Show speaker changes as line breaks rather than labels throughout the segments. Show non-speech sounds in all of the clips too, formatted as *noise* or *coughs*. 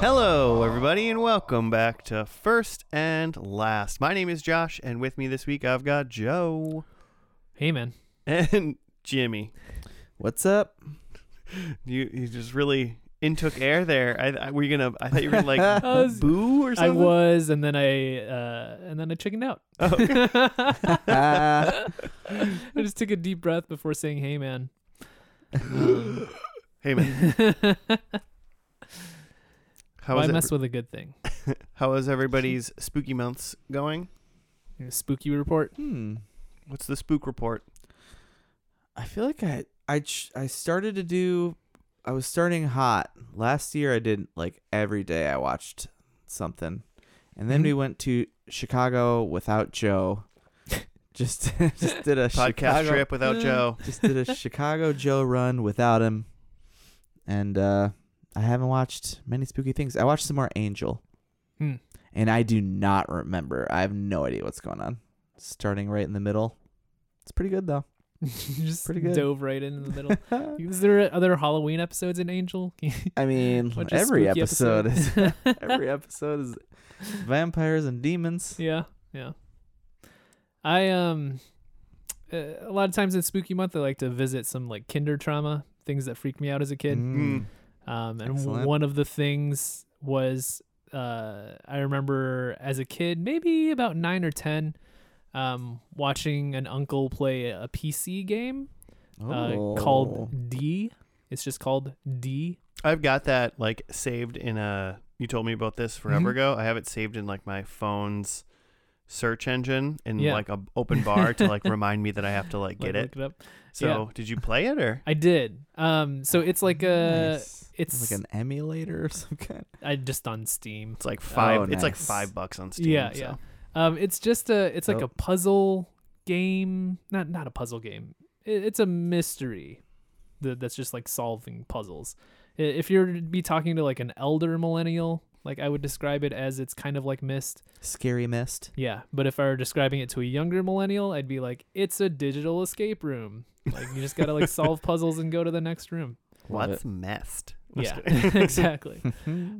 Hello, everybody, and welcome back to First and Last. My name is Josh, and with me this week I've got Joe *laughs*
Hey man,
and Jimmy.
What's up?
You you just really intook air there. I, I were you gonna? I thought you were gonna, like
I was-
*laughs* boo or
I
something.
was, and then I uh, and then I chickened out.
Ah.
I just took a deep breath before saying, "Hey man."
Hey man, how
Why
is
mess
it,
with a good thing?
*laughs* how is everybody's spooky months going?
You know, Spooky report. *laughs*
hmm.
What's the spook report?
I feel like I I ch- I started to do. I was starting hot last year. I did like every day. I watched something, and then
Mhm.
we went to Chicago without Joe. just *laughs* just did a
Podcast
Chicago,
trip without Joe.
*laughs* Just did a Chicago Joe run without him, and uh, I haven't watched many spooky things. I watched some more Angel,
Hmm.
and I do not remember. I have no idea what's going on. Starting right in the middle. It's pretty good though.
You just
Pretty good.
dove right in, in the
*laughs*
middle. *laughs*
*laughs*
Is there other Halloween episodes in Angel?
I mean,
Bunch of
every
spooky
episode is *laughs*
*laughs*
episodes. *laughs*
every episode is vampires and demons.
Yeah, yeah. I um, uh, a lot of times in spooky month, I like to visit some like kinder trauma things that freaked me out as a kid.
Mm.
Um, and w-
Excellent.
one of the things was uh, I remember as a kid, maybe about nine or ten, um, watching an uncle play a PC game uh,
Mm. Oh.
called D. It's just called D.
I've got that like saved in a. You told me about this forever
Mhm.
ago. I have it saved in like my phone's search engine in
Yeah.
like a open bar to
*laughs*
like remind me that I have to like
Like,
get it.
Look it up.
So did you play it or?
I did. Um, so it's like a.
Nice.
It's
like an emulator or *laughs* some kind.
I just on Steam.
It's like five.
Oh,
It's like
nice.
five bucks on Steam.
yeah,
so.
yeah.
*laughs*
Um, it's just a. It's like
Oh.
a puzzle game. Not not a puzzle game. It, it's a mystery. That that's just like solving puzzles. I- If you were to be talking to like an elder millennial, like I would describe it as it's kind of like Mist.
Scary mist.
Yeah. But if I were describing it to a younger millennial, I'd be like, it's a digital escape room. Like you just gotta like solve puzzles and go to the next room.
*laughs*
Love
What's messed?
Yeah.
*laughs*
*laughs* exactly.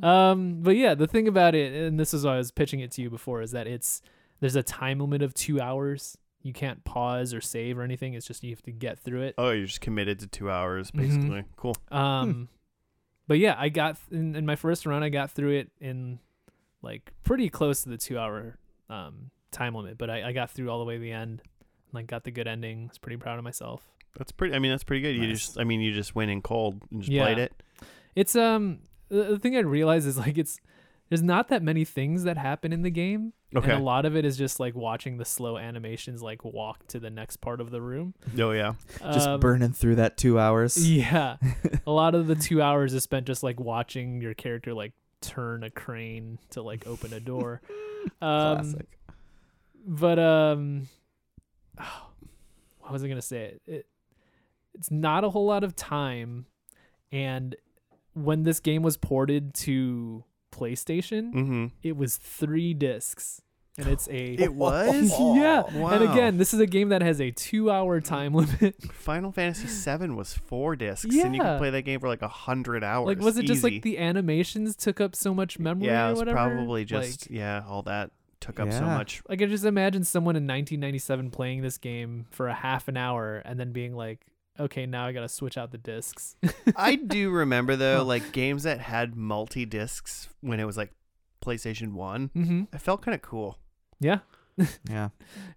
Um, but yeah, the thing about it, and this is why I was pitching it to you before, is that it's there's a time limit of two hours. You can't pause or save or anything. It's just you have to get through it.
Oh, you're just committed to two hours
Mhm.
basically. Cool.
Um, but yeah, I got in, in my first run, I got through it in like pretty close to the two hour um time limit. But I, I got through all the way to the end. Like got the good ending. I was pretty proud of myself.
That's pretty. I mean, that's pretty good. You
Nice.
just. I mean, you just went in cold and just
Yeah.
played it.
It's um the, the thing I realized is like it's there's not that many things that happen in the game.
Okay.
And a lot of it is just like watching the slow animations like walk to the next part of the room.
Oh yeah.
*laughs* Just
Um,
burning through that two hours.
*laughs* Yeah. a lot
*laughs*
of the two hours is spent just like watching your character like turn a crane to like open a door.
*laughs*
Um,
Classic.
but um *sighs* oh, what was i gonna say it, it's not a whole lot of time and when this game was ported to playstation
Mm-hmm.
it was three discs and it's a
*gasps* It was.
*laughs* yeah and
Wow.
again this is a game that has a two hour time *laughs* limit
Final
*gasps*
Fantasy VII was four discs, and you
Yeah.
could play that game for like a hundred hours.
like was it just
Easy.
like the animations took up so much memory
Yeah,
or
it was
whatever
probably just
like,
yeah, all that took up so
Yeah.
much.
like i just imagine someone in 1997 playing this game for a half an hour and then being like okay now i gotta switch out the discs *laughs*
I do remember
Oh.
though, like games that had multi discs when it was like PlayStation One.
Mm-hmm.
It felt kind of cool,
Yeah, uh,
Yeah.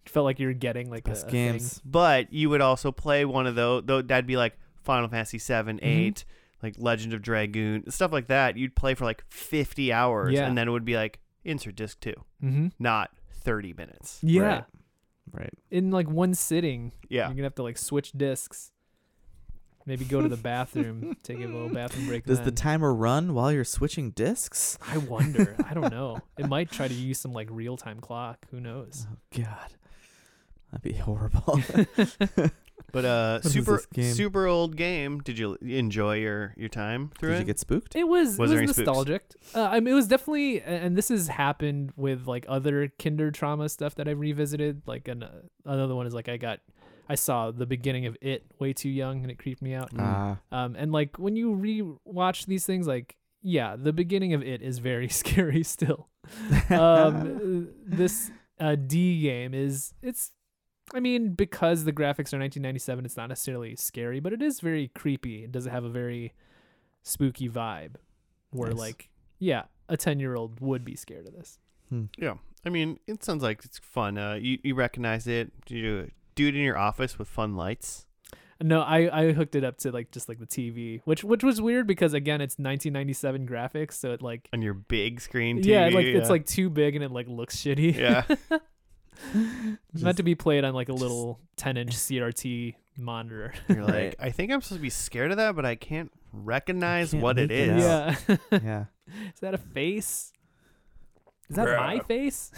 it felt like you were getting like a,
Best
a
games.
but you would also play one of those. Though that'd be like Final Fantasy Seven,
Mm-hmm.
Eight, like Legend of Dragoon, stuff like that. You'd play for like fifty hours,
Yeah.
and then it would be like insert disc two,
Thing. Mm-hmm.
not thirty minutes.
Yeah,
Right. Right.
in like one sitting,
Yeah,
you're gonna have to like switch discs. Maybe go to the
*laughs*
bathroom, take a little bathroom break.
Does the
then.
timer run while you're switching discs?
I wonder. I don't know. It might try to use some like real time clock. Who knows?
Oh, God. That'd
*laughs*
be horrible. *laughs*
but uh,
is
super
*laughs* this game?
super old game. Did you enjoy your your time through
Did
it?
you get spooked?
It was,
Was
it
there any
was
spooks?
nostalgic. Uh, I mean, it was definitely, a- and this has happened with like other Kinder trauma stuff that I revisited. Like an, uh, another one is like I got, I saw the beginning of it way too young, and it creeped me out.
Ah,
Um, and like when you rewatch these things, like yeah, the beginning of it is very *laughs* scary still. *laughs*
*laughs*
Um, this uh, D game is it's. I mean, because the graphics are 1997, it's not necessarily scary, but it is very creepy. It does have a very spooky vibe, where
Nice.
like, yeah, a 10 year old would be scared of this.
Yeah, I mean, it sounds like it's fun. Uh, you you recognize it? Do you do it in your office with fun lights?
No, I I hooked it up to like just like the TV, which which was weird because again, it's 1997 graphics, so it like
on your big screen TV.
yeah, like it's like too big and it like looks shitty.
yeah,
*laughs* Not to be played on like a little 10 inch CRT monitor.
you're like
Right.
I think I'm supposed to be scared of that, but I can't recognize
can't
what it
make it
is.
out.
Yeah.
yeah.
*laughs*
*laughs*
is that a face? Is that my
Bruh.
face?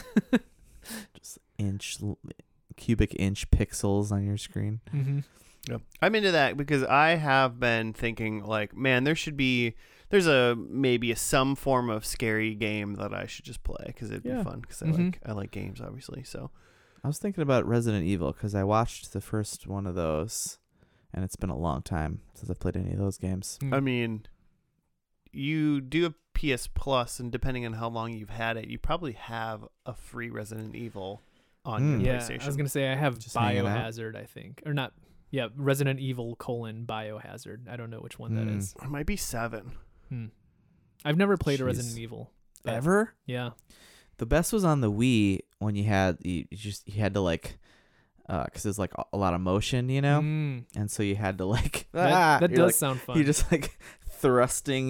Inch, l- cubic inch pixels on your screen.
mm-hmm.
Yep. I'm into that because I have been thinking like, man, there should be there's a maybe a, some form of scary game that I should just play because it'd
Yeah.
be fun because I
Mm-hmm.
Mhm.
like I like games obviously. So
I was thinking about Resident Evil because I watched the first one of those, and it's been a long time since I've played any of those games.
I mean, you do a PS Plus, and depending on how long you've had it, you probably have a free Resident Evil on
Mm.
your
yeah,
PlayStation.
I was gonna say I have
Just hanging out.
Biohazard, I think, or not. Yeah, Resident Evil colon Biohazard. I don't know which one that
Mm.
is.
It might be seven.
Hmm. I've never played a Resident
Jeez.
Evil. but-
Ever?
Yeah.
The best was on the Wii when you had you, you just you had to like, uh, because there's like a- a lot of motion, you know,
Mm.
Mm-hmm.
and so you had
*laughs*
to like
That,
*laughs* ah,
that
you're,
does
like-
sound fun. *laughs*
You just Mm-hmm. like thrusting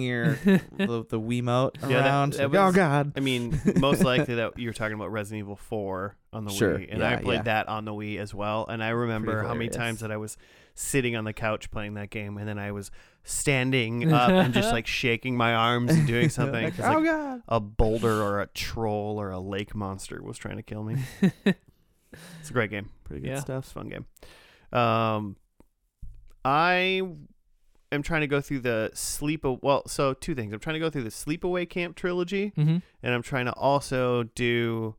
*laughs*
your the, the Wiimote
Yeah, that-
around.
that
oh
was-
God.
*laughs* I
*laughs*
mean, most likely that you were talking about Resident Evil 4 on the
Sure,
Wii, and
yeah,
I played
yeah.
that on the Wii as well. And I remember how many
hilarious.
times that I was sitting on the couch playing that game, and then I was
*laughs*
standing up and just like shaking my arms and doing something
Like,
'cause,
oh
like,
God.
a boulder or a troll or a lake monster was trying to kill me. It's a great game.
Pretty
Yeah.
It's a fun game. Um, I am trying to go through the sleep. Well, so two things. I'm trying to go through the Sleepaway Camp trilogy,
mm-hmm.
and I'm trying to also do.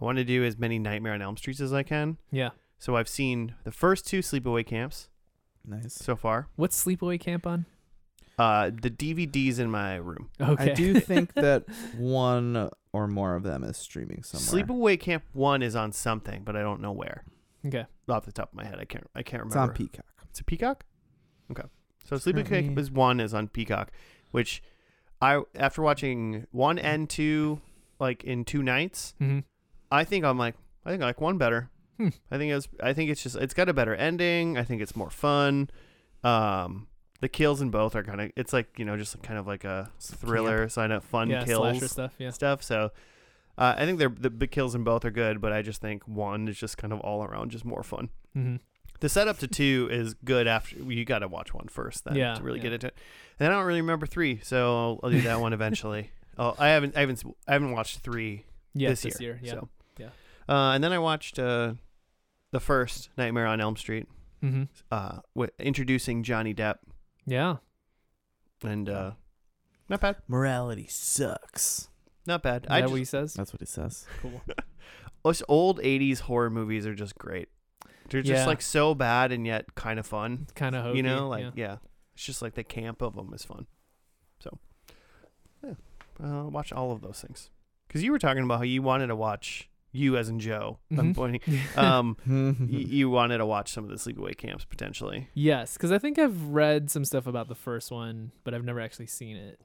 I want to do as many Nightmare on Elm Streets as I can.
Yeah.
So I've seen the first two Sleepaway Camps
Nice.
so far.
What's Sleepaway Camp on?
Uh, the DVDs in my room.
Okay.
I do
*laughs*
think that one or more of them is streaming somewhere.
Sleepaway Camp One is on something, but I don't know where.
Okay.
Off the top of my head, I can't. I can't
It's on
remember.
Peacock.
It's a Peacock. Okay. So Sleeping Camp
Currently-
is one is on Peacock, which I after watching one and two like in two nights,
Mm-hmm.
I think I'm like I think I like one better.
Hmm.
I think it's I think it's just it's got a better ending. I think it's more fun. Um, the kills in both are kind of it's like you know just kind of like a thriller, so I know fun
yeah, slasher
kills
stuff. Yeah.
stuff. So. Uh, I think they're, the, the kills in both are good, but I just think one is just kind of all around just more fun
Mm-hmm.
the setup to two is good after you got to watch one first then
Yeah,
to really
yeah.
get into it. And I don't really remember three, so I'll, I'll do that one eventually.
*laughs*
Oh, I haven't, I haven't, s- I haven't watched three
Yeah.
this,
year. Yeah.
So.
Yeah.
Uh, and then I watched uh, the first Nightmare on Elm Street,
Mm-hmm.
uh, with introducing Johnny Depp,
Yeah.
and uh, not bad,
Morality sucks.
not bad.
Is
I
that
just,
what
*laughs*
he says?
That's what he *laughs* says.
Cool.
us old '80s horror movies are just great. They're just
Yeah.
like so bad and yet kind of fun.
Kind of hokey.
you know, like
yeah.
yeah. it's just like the camp of them is fun. So, yeah, uh, watch all of those things because you were talking about how you wanted to watch you as in Joe. I'm
Mhm.
pointing. *laughs* Um, y-
yeah.
you wanted to watch some of the sleepaway camps potentially.
Yes, because I think I've read some stuff about the first one, but I've never actually seen it.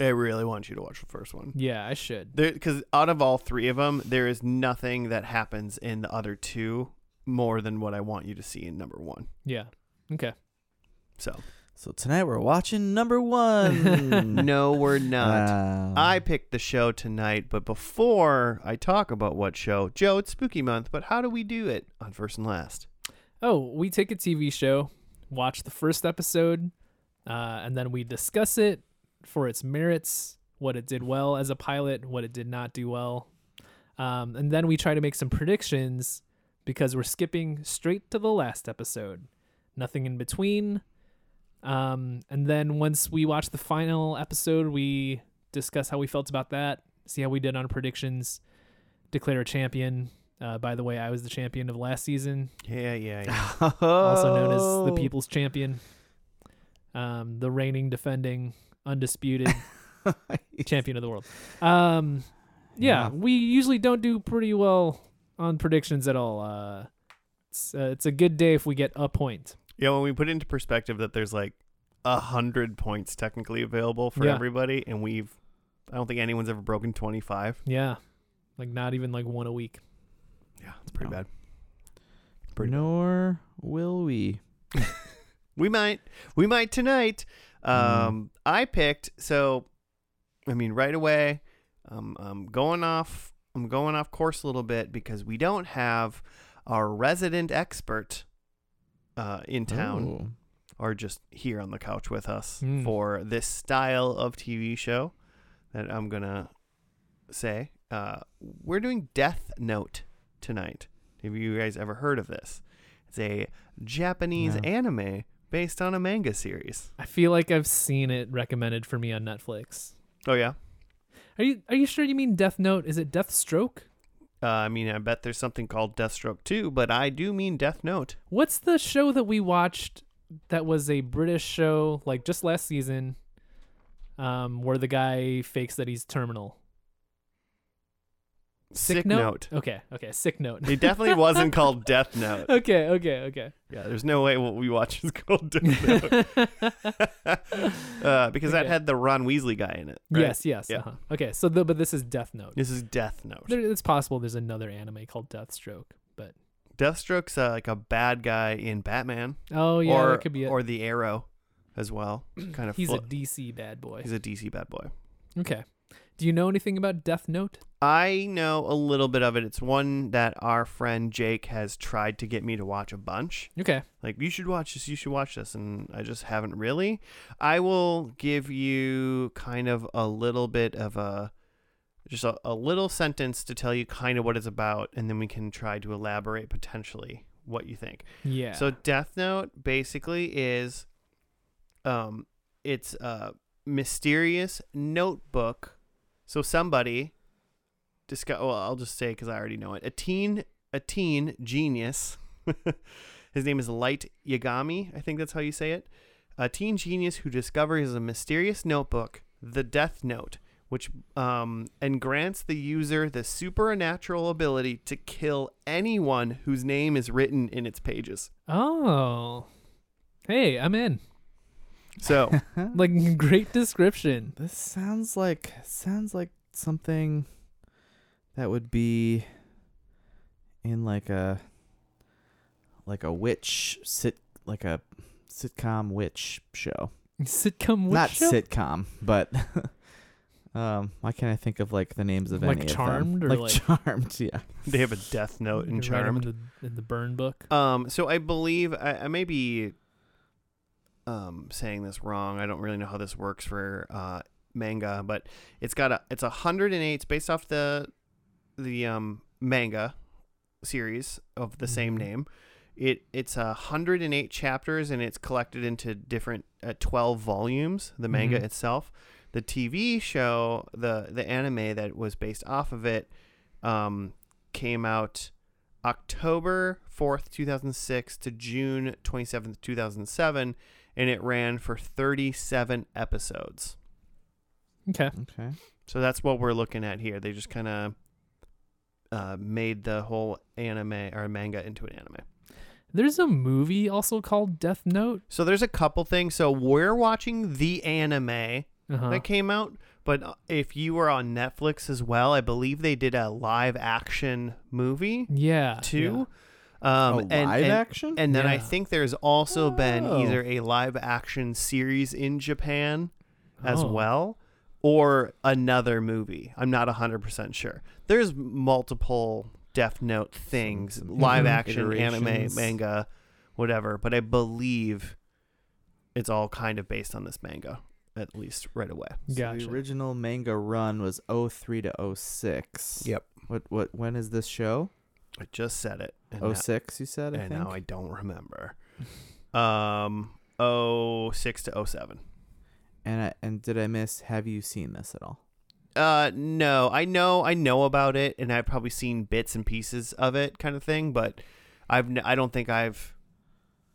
I really want you to watch the first one.
Yeah, I should.
Because out of all three of them, there is nothing that happens in the other two more than what I want you to see in number one.
Yeah. Okay.
So
So tonight we're watching number one.
*laughs* no, we're not.
Um, *laughs*
I picked the show tonight, but before I talk about what show, Joe, it's spooky month, but how do we do it on first and last?
Oh, we take a TV show, watch the first episode, uh, and then we discuss it for its merits, what it did well as a pilot, what it did not do well. Um, and then we try to make some predictions because we're skipping straight to the last episode. Nothing in between. Um, and then once we watch the final episode, we discuss how we felt about that, see how we did on predictions, declare a champion. Uh, by the way, I was the champion of last season
Yeah, yeah, yeah. *sighs*
also known
Oh.
as the people's champion um the reigning defending undisputed
Oh. *laughs*
champion of the world. Um, yeah,
Yeah.
we usually don't do pretty well on predictions at all. Uh, it's, uh, it's a good day if we get a point.
Yeah, when we put into perspective that there's like a hundred points technically available for
Yeah.
everybody, and we've I don't think anyone's ever broken twenty five.
Yeah, like not even like one a week.
Yeah, it's pretty
No.
bad. Pretty bad.
Nor will we.
We might. We might tonight. Um, I picked so. I mean, right away. Um, I'm going off. I'm going off course a little bit because we don't have our resident expert uh, in town
Oh.
or just here on the couch with us
Mm.
for this style of TV show that I'm gonna say. Uh, we're doing Death Note tonight. Have you guys ever heard of this? It's a Japanese
No.
anime based on a manga series.
I feel like I've seen it recommended for me on Netflix.
Oh yeah.
Are you Are you sure you mean Death Note? Is it Death Stroke?
Uh, I mean, I bet there's something called Deathstroke too, but I do mean Death Note.
What's the show that we watched that was a British show like just last season, um, where the guy fakes that he's terminal?
Sick, Note.
Okay, okay, sick note.
It
*laughs*
definitely wasn't called Death Note. *laughs*
okay, okay,
Yeah, there's no way what we watch is called Death Note. *laughs*
okay. *laughs*
uh, because that
Okay.
had the Ron Weasley guy in it. right?
Yes, yes.
Yeah.
Uh-huh. Okay, so the, but this is Death Note.
This is Death Note.
There, it's possible there's another anime called Deathstroke, but
Deathstroke's uh, like a bad guy in Batman,
oh yeah,
or
that could be it.
or the Arrow, as well. Kind of.
He's a
flo-
DC bad boy.
he's a DC bad boy.
Okay. Do you know anything about Death Note?
I know a little bit of it. It's one that our friend Jake has tried to get me to watch a bunch.
Okay.
Like you should watch this, you should watch this, and I just haven't really. I will give you kind of a little bit of a just a, a little sentence to tell you kind of what it's about, and then we can try to elaborate potentially what you think.
Yeah.
So Death Note basically is um it's a mysterious notebook. So somebody disco- well, I'll just say cuz I already know it. A teen a teen genius. *laughs* His name is Light Yagami, I think that's how you say it. A teen genius who discovers a mysterious notebook, the Death Note, which um, and grants the user the supernatural ability to kill anyone whose name is written in its pages.
oh. Hey, I'm in.
So
Like *laughs* great description.
Oh. This sounds like sounds like something that would be in like a like a witch sit like a sitcom witch show.
Sitcom witch
Not
show?
sitcom, but *laughs* um why can't I think of like the names of
Like
any of
Charmed
them?
or
like,
like-
Charmed, *laughs* yeah.
they have a Death Note in
You can write 'em
Charmed.
in the, in the burn book.
Um, so I believe I, I may be um, saying this wrong. I don't really know how this works for uh, manga, but it's got a it's a hundred and eight. It's based off the the um, manga series of the same
Mhm.
name. It it's a hundred and eight chapters, and it's collected into different uh, twelve volumes. The manga
Mhm.
itself, the TV show, the the anime that was based off of it, um, came out October 4th, 2006 to June 27th, 2007, and it ran for 37 episodes.
Okay.
Okay.
So that's what we're looking at here. They just kind of uh, made the whole anime or manga into an anime.
There's a movie also called Death Note.
So there's a couple things. So we're watching the anime
Uh-huh.
that came out, but uh, if you were on Netflix as well, I believe they did a live action movie
yeah.
too.
Oh,
Um,
live
and, and-
action?
And then I
Yeah.
think there's also been
Oh.
either a live action series in Japan
yeah.
as
Oh.
well or another movie. I'm not 100% sure. There's multiple Death Note things,
some Mhm.
live action, anime,
iterations.
manga, whatever, but I believe it's all kind of based on this manga at least right away.
So
Gotcha.
The original manga run was 03 to 06.
Yep.
What what when is this show?
I just said it. And now-
06 you Oh, said, I
and
think.
now I don't remember. Um 06 to 07.
And I, and did I miss? Have you seen this at all?
Uh, no, I know, I know about it, and I've probably seen bits and pieces of it, kind of thing. But I've, n- I don't think I've,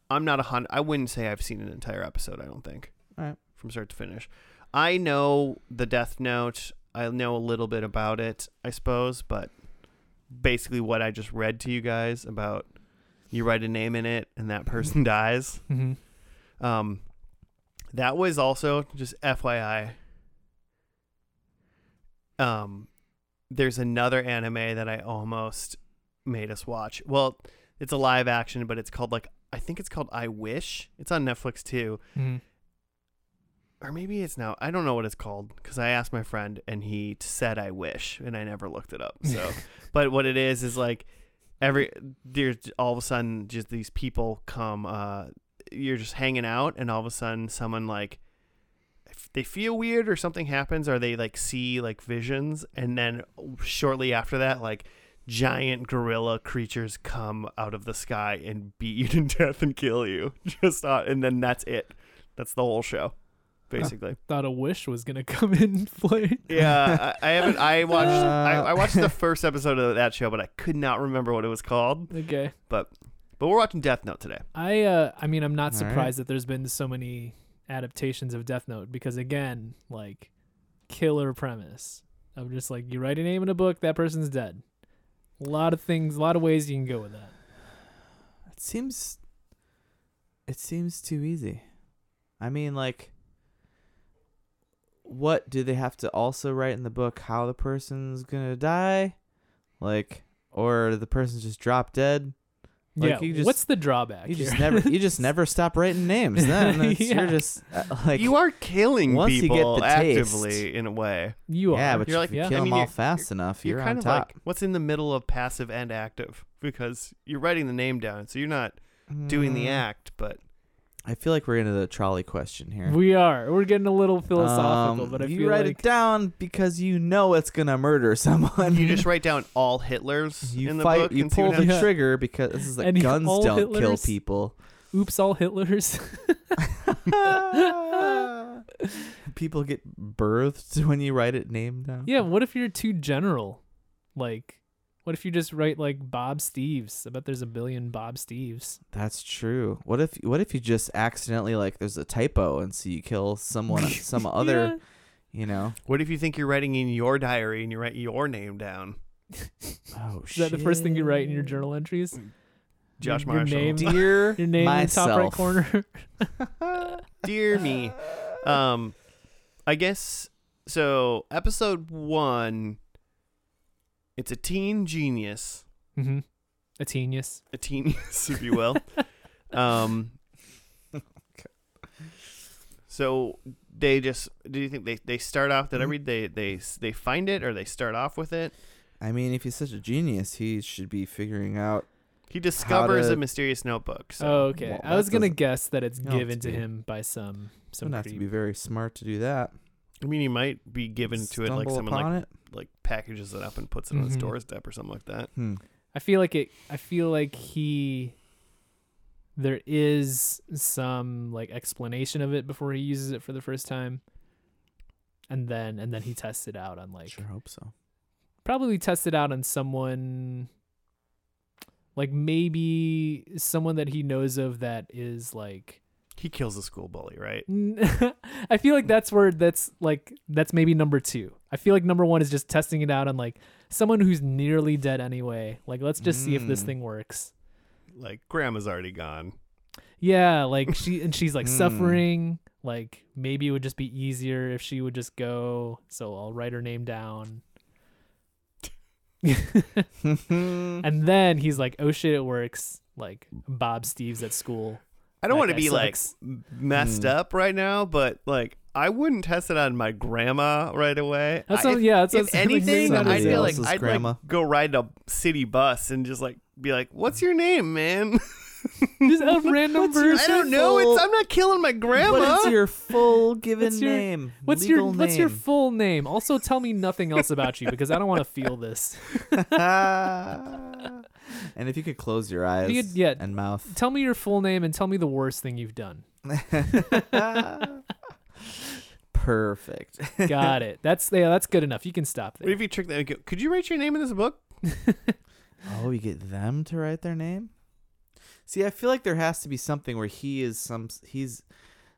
I'm not a hundred. I wouldn't say I've seen an entire episode. I don't think.
Alright.
From start to finish. I know the Death Note. I know a little bit about it, I suppose, but basically what I just read to you guys about you write a name in it and that person *laughs* dies.
Mm-hmm.
Um, that was also just FYI. Um, there's another anime that I almost made us watch. Well, it's a live action, but it's called like I think it's called I Wish. It's on Netflix too
Mm-hmm.
or maybe it's now I don't know what it's called because I asked my friend and he t- said I wish and I never looked it up. So, but what it is is like every there's all of a sudden just these people come. Uh, you're just hanging out and all of a sudden someone like if they feel weird or something happens or they like see like visions and then shortly after that like giant gorilla creatures come out of the sky and beat you to *laughs* death and kill you *laughs* just uh, and then that's it that's the whole show basically.
Thought a wish was gonna *laughs* come in and play.
*laughs* Yeah, I, I haven't. I watched. I,
Uh,
I watched
*laughs*
the first episode of that show, but I could not remember what it was called.
Okay.
But we're watching Death Note today.
I uh I mean I'm not
All
surprised
right.
that there's been so many adaptations of Death Note because again, like killer premise of just like you write a name in a book, that person's dead. A lot of things, a lot of ways you can go with that.
It seems it seems too easy. I mean like what do they have to also write in the book how the person's going to die? Like or the person's just drop dead? Like,
yeah.
you just-
what's the drawback?
You just
here?
never you
*laughs*
*laughs*
just never stop writing names then. It's-
Yeah.
You're just uh, like
you are killing
once you get
people
the taste-
actively in a way.
you
Yeah,
are.
but
You're like-
if you
yeah.
kill
I mean,
them all
you're-
fast enough,
You're,
you're,
kind
on
of
top.
like what's in the middle of passive and active because you're writing the name down, so you're not doing the
Mm,
act, but
I feel like we're into the trolley question here.
we are. We're getting a little philosophical,
Um,
but I
you
feel
write
like
it down because you know it's gonna murder *laughs* someone.
you just write down all Hitlers
you
in the
fight,
book.
you
and see
pull
what
the
happens.
happens.
trigger because this is like
And
guns
all
don't kill
Hitlers- *laughs*
people.
oops all Hitlers.
*laughs*
*laughs* Ah.
people get birthed when you write it name down.
yeah, what if you're too general? Like what if you just write like Bob Steves? I bet there's a billion Bob Steves.
that's true. What if what if you just accidentally like there's a typo and so you
*laughs*
kill someone, some other, you know? *laughs*
What if you think you're writing in your diary and you write your name down,
Oh
Is that the first thing you write in your journal entries?
Josh
Your- your
Marshall?
name-
Dear
*laughs* Your name
myself.
in the top right
*laughs*
corner.
*laughs* Dear me. um i guess so episode one it's a teen genius
mm-hmm. A genius.
a teenius if you
*laughs*
will um so they just do you think they, they start off
Mm-hmm.
did i read they they they find it or they start off with it
I mean, if he's such a genius, he should be figuring out.
he discovers
to-
a mysterious notebook so
oh, okay.
well,
I was
that
gonna
doesn't-
guess that it's
you don't have
given
to
to
be-
him by some some
Don't have to
creep.
be very smart to do that.
i mean he might be given to it like
Stumble
someone like
upon it. Mm-hmm.
like packages it up and puts it on his
Mhm.
doorstep or something like that
Hmm.
I feel like it. I feel like he. There is some like explanation of it before he uses it for the first time, and then and then he tests it out on like
sure hope *laughs* so.
probably test it out on someone like maybe someone that he knows of that is like *laughs*
he kills a school bully right
I feel like that's where that's like that's maybe number 2. I feel like number 1 is just testing it out on like someone who's nearly dead anyway. Like let's just see if this
Mm.
thing works.
like grandma's already gone
Yeah, like she and she's like
Hmm.
Mm.
suffering. Like maybe it would just be easier if she would just go. So I'll write her name down. *laughs* And then he's like, "Oh shit, it works!" Like Bob Steves at school.
I don't
That
want to
guy
be
sucks.
like m- messed
Hmm.
up right now, but like I wouldn't test it on my grandma right away.
That's
I,
not, yeah, that's
Uh, if
that's- like,
anything,
maybe
I'd
somebody
be like,
else's
I'd
grandma.
like go ride a city bus and just like be like, "What's your name, man?
*laughs* just a random
your-
person.
I don't know.
full-
It's I'm not killing my grandma."
What's your full given
What's your-
name?
What's your
Legal name?
What's your full name? Also, tell me nothing else about you because I don't want to
*laughs*
feel this.
*laughs* and if you could close your eyes
could- yeah.
and mouth. *laughs*
Tell me your full name and tell me the worst thing you've done.
Perfect.
Got it. That's yeah, that's good enough. You can stop
what
there.
if you trick them? Could you write your name in this book?
Oh, you get them to write their name? See, I feel like there has to be something where he is some he's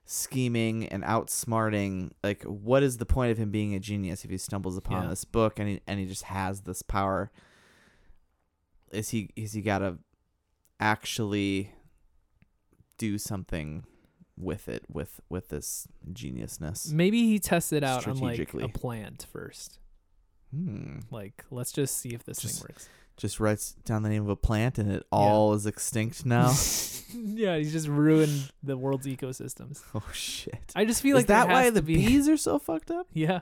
scheming and outsmarting. Like, what is the point of him being a genius if he stumbles upon
Yeah.
this book and he and he just has this power? Is he is he gotta actually do something with it with with this geniusness?
Maybe he tests it out on like a
Strategically.
plant first.
Hmm.
Like, let's just see if this
Just-
thing works. *laughs*
Just writes down the name of a plant and it all is extinct now.
yeah, he's just ruined the world's ecosystems.
oh shit!
I just feel
Is
like there
that why
has
the
to be-
bees are so fucked up?
*laughs* Yeah,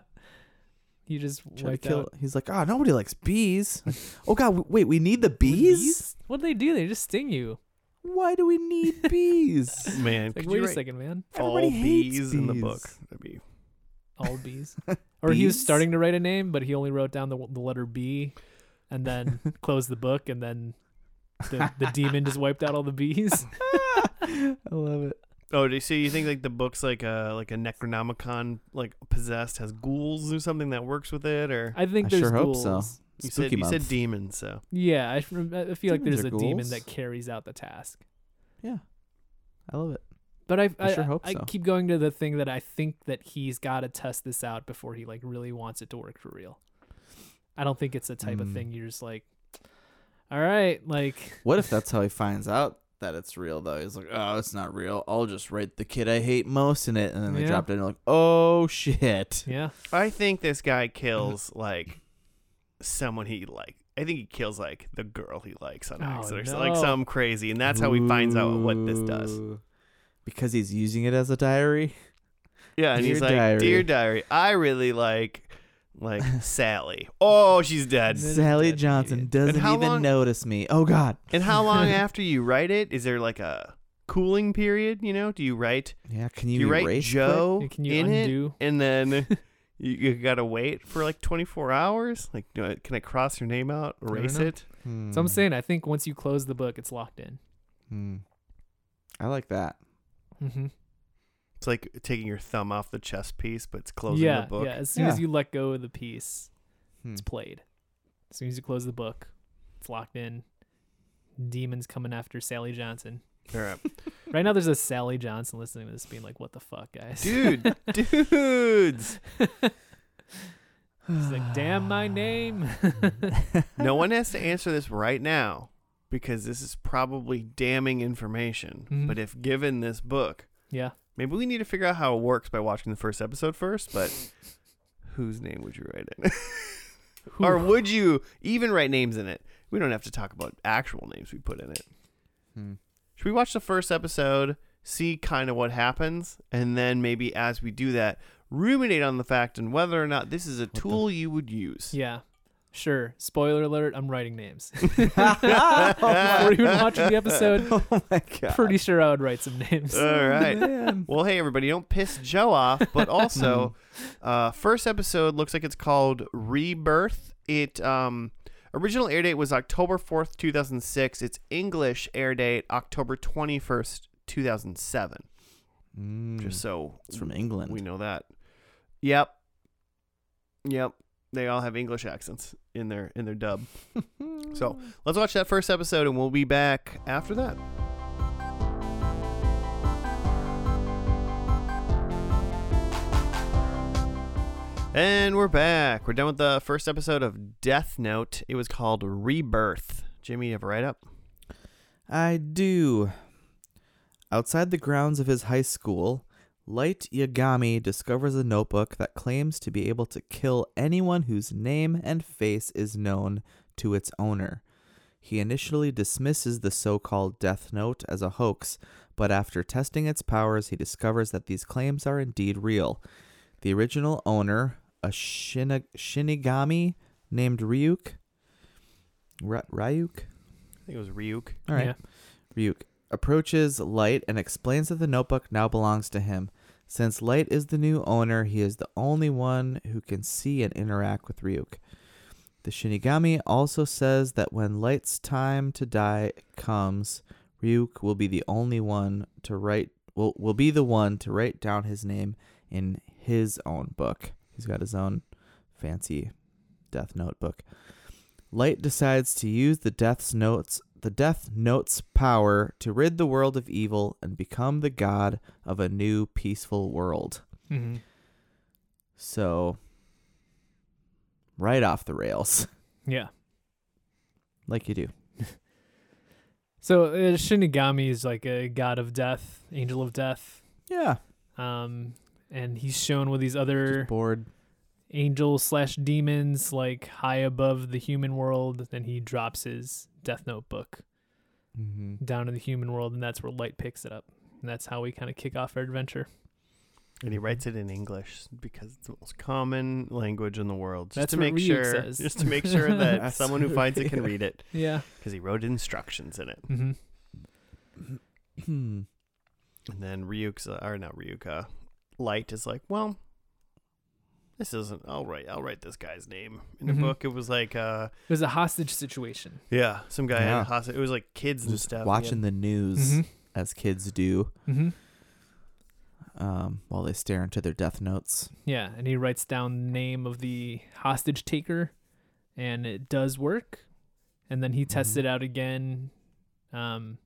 you just
Try to
wiped
kill.
out
He's like, oh, nobody likes *laughs* bees. Like, oh God, w- wait, we need the bees?
What do they do? They just sting you.
Why do we *laughs* need bees?
Man,
Like,
could
wait
you
a
write
second, man.
all
Everybody hates
bees in the
bees.
book? That'd be
All bees. Or he was
*laughs* Bees?
starting to write a name, but he only wrote down the, the letter B, and
*laughs*
then closed the book, and then the, the demon just wiped out all the
*laughs*
bees.
I love it.
Oh, do you see? You think like the book's like a like a Necronomicon like possessed has ghouls or something that works with it, or
I think
I
there's
sure hope
ghouls.
so.
you
Spooky
said you said
month.
demons, so
Yeah, I, rem- I feel like
Demons
there's
are
a demon
ghouls.
that carries out the task.
I love it.
But I, I,
I sure hope
I
so.
keep going to the thing that I think that he's got to test this out before he like really wants it to work for real. I don't think it's the type of
Mm.
thing you're just like, all right, like
What if that's how he finds out that it's real though? He's like, oh, it's not real. I'll just write the kid I hate most in it, and then they
Yeah.
dropped it. And they're like, oh shit.
yeah,
I think this guy
Mm-hmm.
kills like someone he like. I think he kills like the girl he likes on
Oh,
accident, or so- like
no.
something crazy, and that's how he finds out what this does.
Ooh. Because he's using it as a diary.
Yeah, and he's
Dear
like,
diary.
"Dear diary, I really like
*laughs*
like Sally. Oh, she's dead."
Then
Sally
dead
Johnson
idiot.
doesn't
how
even
long-
notice me. Oh God.
And how long
*laughs*
after you write it is there like a cooling period? You know, do you write?
Yeah. Can
Do
you,
you, write
erase
Joe
can you
in it?
undo?
and
*laughs*
then you, you gotta wait for like 24 hours. Like, do I, can I cross your name out,
don't
erase
know.
it?
quick? Hmm.
So I'm saying I think once you close the book, it's locked in.
Hmm. I like that.
Mm-hmm.
It's like taking your thumb off the chess piece, but it's closing
yeah,
the book.
yeah. As soon as
Yeah.
you let go of the piece,
Hmm.
it's played. As soon as you close the book, it's locked in. Demons coming after Sally Johnson.
All
*laughs*
right.
Right now, there's a Sally Johnson listening to this, being like, "What the fuck, guys?" *laughs*
Dude, dudes.
*sighs*
She's like, "Damn my name." *laughs*
No one has to answer this right now because this is probably damning information.
Mhm.
But if given this book,
yeah,
maybe we need to figure out how it works by watching the first episode first. But whose name would you write in? *laughs* or
Whew.
would you even write names in it? We don't have to talk about actual names we put in it.
*laughs* Hmm.
Should we watch the first episode, see kind of what happens, and then maybe as we do that, ruminate on the fact and whether or not this is a
the-
tool you would use?
*laughs* yeah, sure. Spoiler alert: I'm writing names.
Oh,
Before even watching
*laughs*
the episode,
*laughs* oh my
*laughs*
god.
pretty sure I would write some names.
Uh,
*laughs*
All right.
Man.
Well, hey everybody, don't piss Joe off. But
*laughs*
also, uh, first episode looks like it's called Rebirth. It um, original air date was October fourth, two thousand six. Its English air date October twenty first, two thousand seven.
Mm.
Hmm.
Just so
it's from England.
We know that. Yep. Yep. They all have English accents in their in their dub. so, let's watch that first episode and we'll be back after that. And we're back. We're done with the first episode of Death Note. It was called Rebirth. Jimmy, you have a write up?
I do. Outside the grounds of his high school, Light Yagami discovers a notebook that claims to be able to kill anyone whose name and face is known to its owner. He initially dismisses the so called Death Note as a hoax, but after testing its powers, he discovers that these claims are indeed real. The original owner, a shina- Shinigami named Ryuk, Ry- Ryuk?
I think it was Ryuk.
All right.
Yeah.
Ryuk approaches Light and explains that the notebook now belongs to him. Since Light is the new owner, he is the only one who can see and interact with Ryuk. The Shinigami also says that when Light's time to die comes, Ryuk will be the only one to write will will be the one to write down his name in his own book. He's got his own fancy death note book. Light decides to use the death's notes the Death Note's power to rid the world of evil and become the god of a new peaceful world.
Mm-hmm.
So, right off the rails, *laughs*
Yeah.
like you do.
So uh, Shinigami is like a god of death, angel of death,
Yeah.
um, and he's shown with these other
Just bored.
angels slash demons like high above the human world. Then he drops his Death Note book
Mm-hmm.
down in the human world, and that's where Light picks it up. And that's how we kind of kick off our adventure.
And he writes it in English because it's the most common language in the world. Just
That's
to
what
make
Ryuk
sure,
says.
just to make sure
*laughs*
that
That's
someone who
what
finds it can
Ryuk-
read it
Yeah.
because he wrote instructions in it.
hmm
*clears throat*
Hmm.
And then Ryuk's uh, or not Ryuka, Light is like, well, this isn't. I'll write. I'll write this guy's name in the
Mhm.
book. It was like, uh,
It was a hostage situation.
yeah, some guy had
Yeah.
a hostage. It was like kids and
Just
stuff.
watching the news
Mm-hmm.
as kids do
hmm
um, while they stare into their Death Notes.
Yeah, and he writes down the name of the hostage taker, and it does work. And then he tests
Mhm.
it out again, um,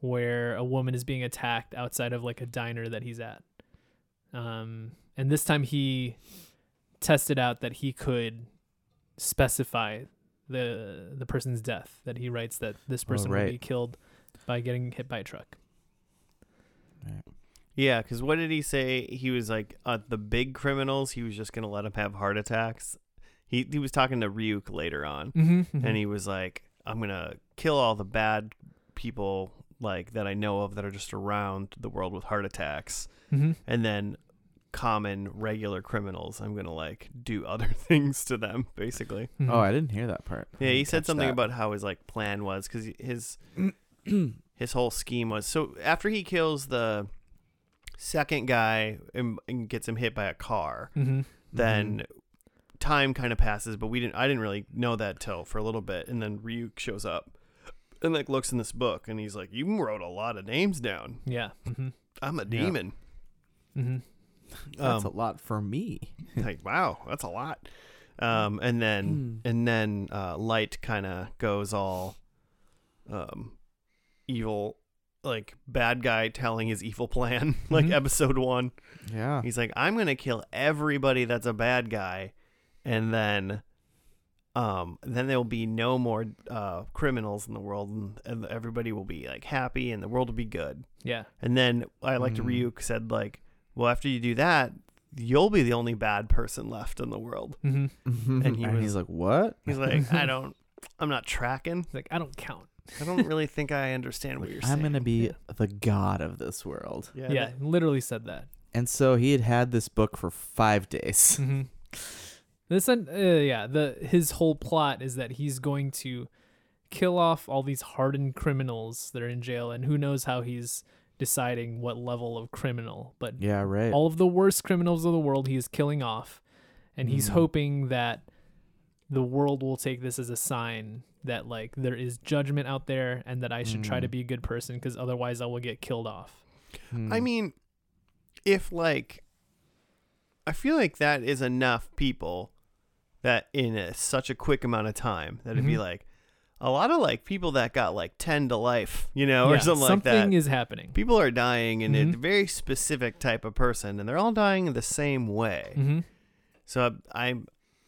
where a woman is being attacked outside of like a diner that he's at. Um, and this time he tested out that he could specify the the person's death. That he writes that this person will
Oh, right.
be killed by getting hit by a truck.
Yeah, because what did he say? He was like, uh, the big criminals. He was just gonna let them have heart attacks. He he was talking to Ryuk later on.
Mm-hmm,
and he was like i'm gonna kill all the bad people like that i know of that are just around the world with heart attacks
mm-hmm.
and then common regular criminals i'm gonna like do *laughs* other things to them basically
mm-hmm.
Oh, I didn't hear that part. I
Mm-hmm. yeah he
didn't
said
catch
something
that.
about how his like plan was because his
*clears throat*
his whole scheme was so after he kills the second guy and, and gets him hit by a car
mm-hmm.
then time kind of passes but we didn't i didn't really know that till for a little bit and then ryuk shows up and like looks in this book and he's like you wrote a lot of names down
Yeah. Mm-hmm.
i'm a
Yeah.
demon
Mm-hmm.
that's
um,
a lot for me.
like wow that's a lot um and then
Hmm. Mm.
and then uh light kind of goes all um evil like bad guy telling his evil plan *laughs* like
Mhm.
episode one
*laughs* yeah.
He's like, I'm gonna kill everybody that's a bad guy, and then, um, then there will be no more uh, criminals in the world, and, and everybody will be like happy, and the world will be good.
Yeah.
And then I like to
Mm.
Ryuk said like, well, after you do that, you'll be the only bad person left in the world.
Mm-hmm.
*laughs* And
*laughs*
he was-
he's like, "What?"
He's like, I don't, I'm not tracking.
Like I don't count.
I don't really think I understand what you're saying.
I'm gonna be
Yeah.
the god of this *laughs* world.
yeah,
Yeah,
that-
literally said that.
And so he had had this book for
*laughs*
five days.
Mm-hmm. This uh, yeah, the his whole plot is that he's going to kill off all these hardened criminals that are in jail, and who knows how he's deciding what level of criminal. But
yeah, right.
all of the worst criminals of the world he is killing off, and he's
Mm.
Mhm.
hoping that the world will take this as a sign that like there is judgment out there, and that I should try to
Mm.
be a good person because otherwise I will get killed off.
Hmm.
Mm.
I mean, if like, I feel like that is enough people that in a, such a quick amount of time that it'd be
Mhm.
like a lot of like people that got like 10 to life, you know, or
Yeah,
something, like that.
Something is happening.
people are dying and
Mhm.
a very specific type of person and they're all dying the same way.
Mm-hmm.
So I, I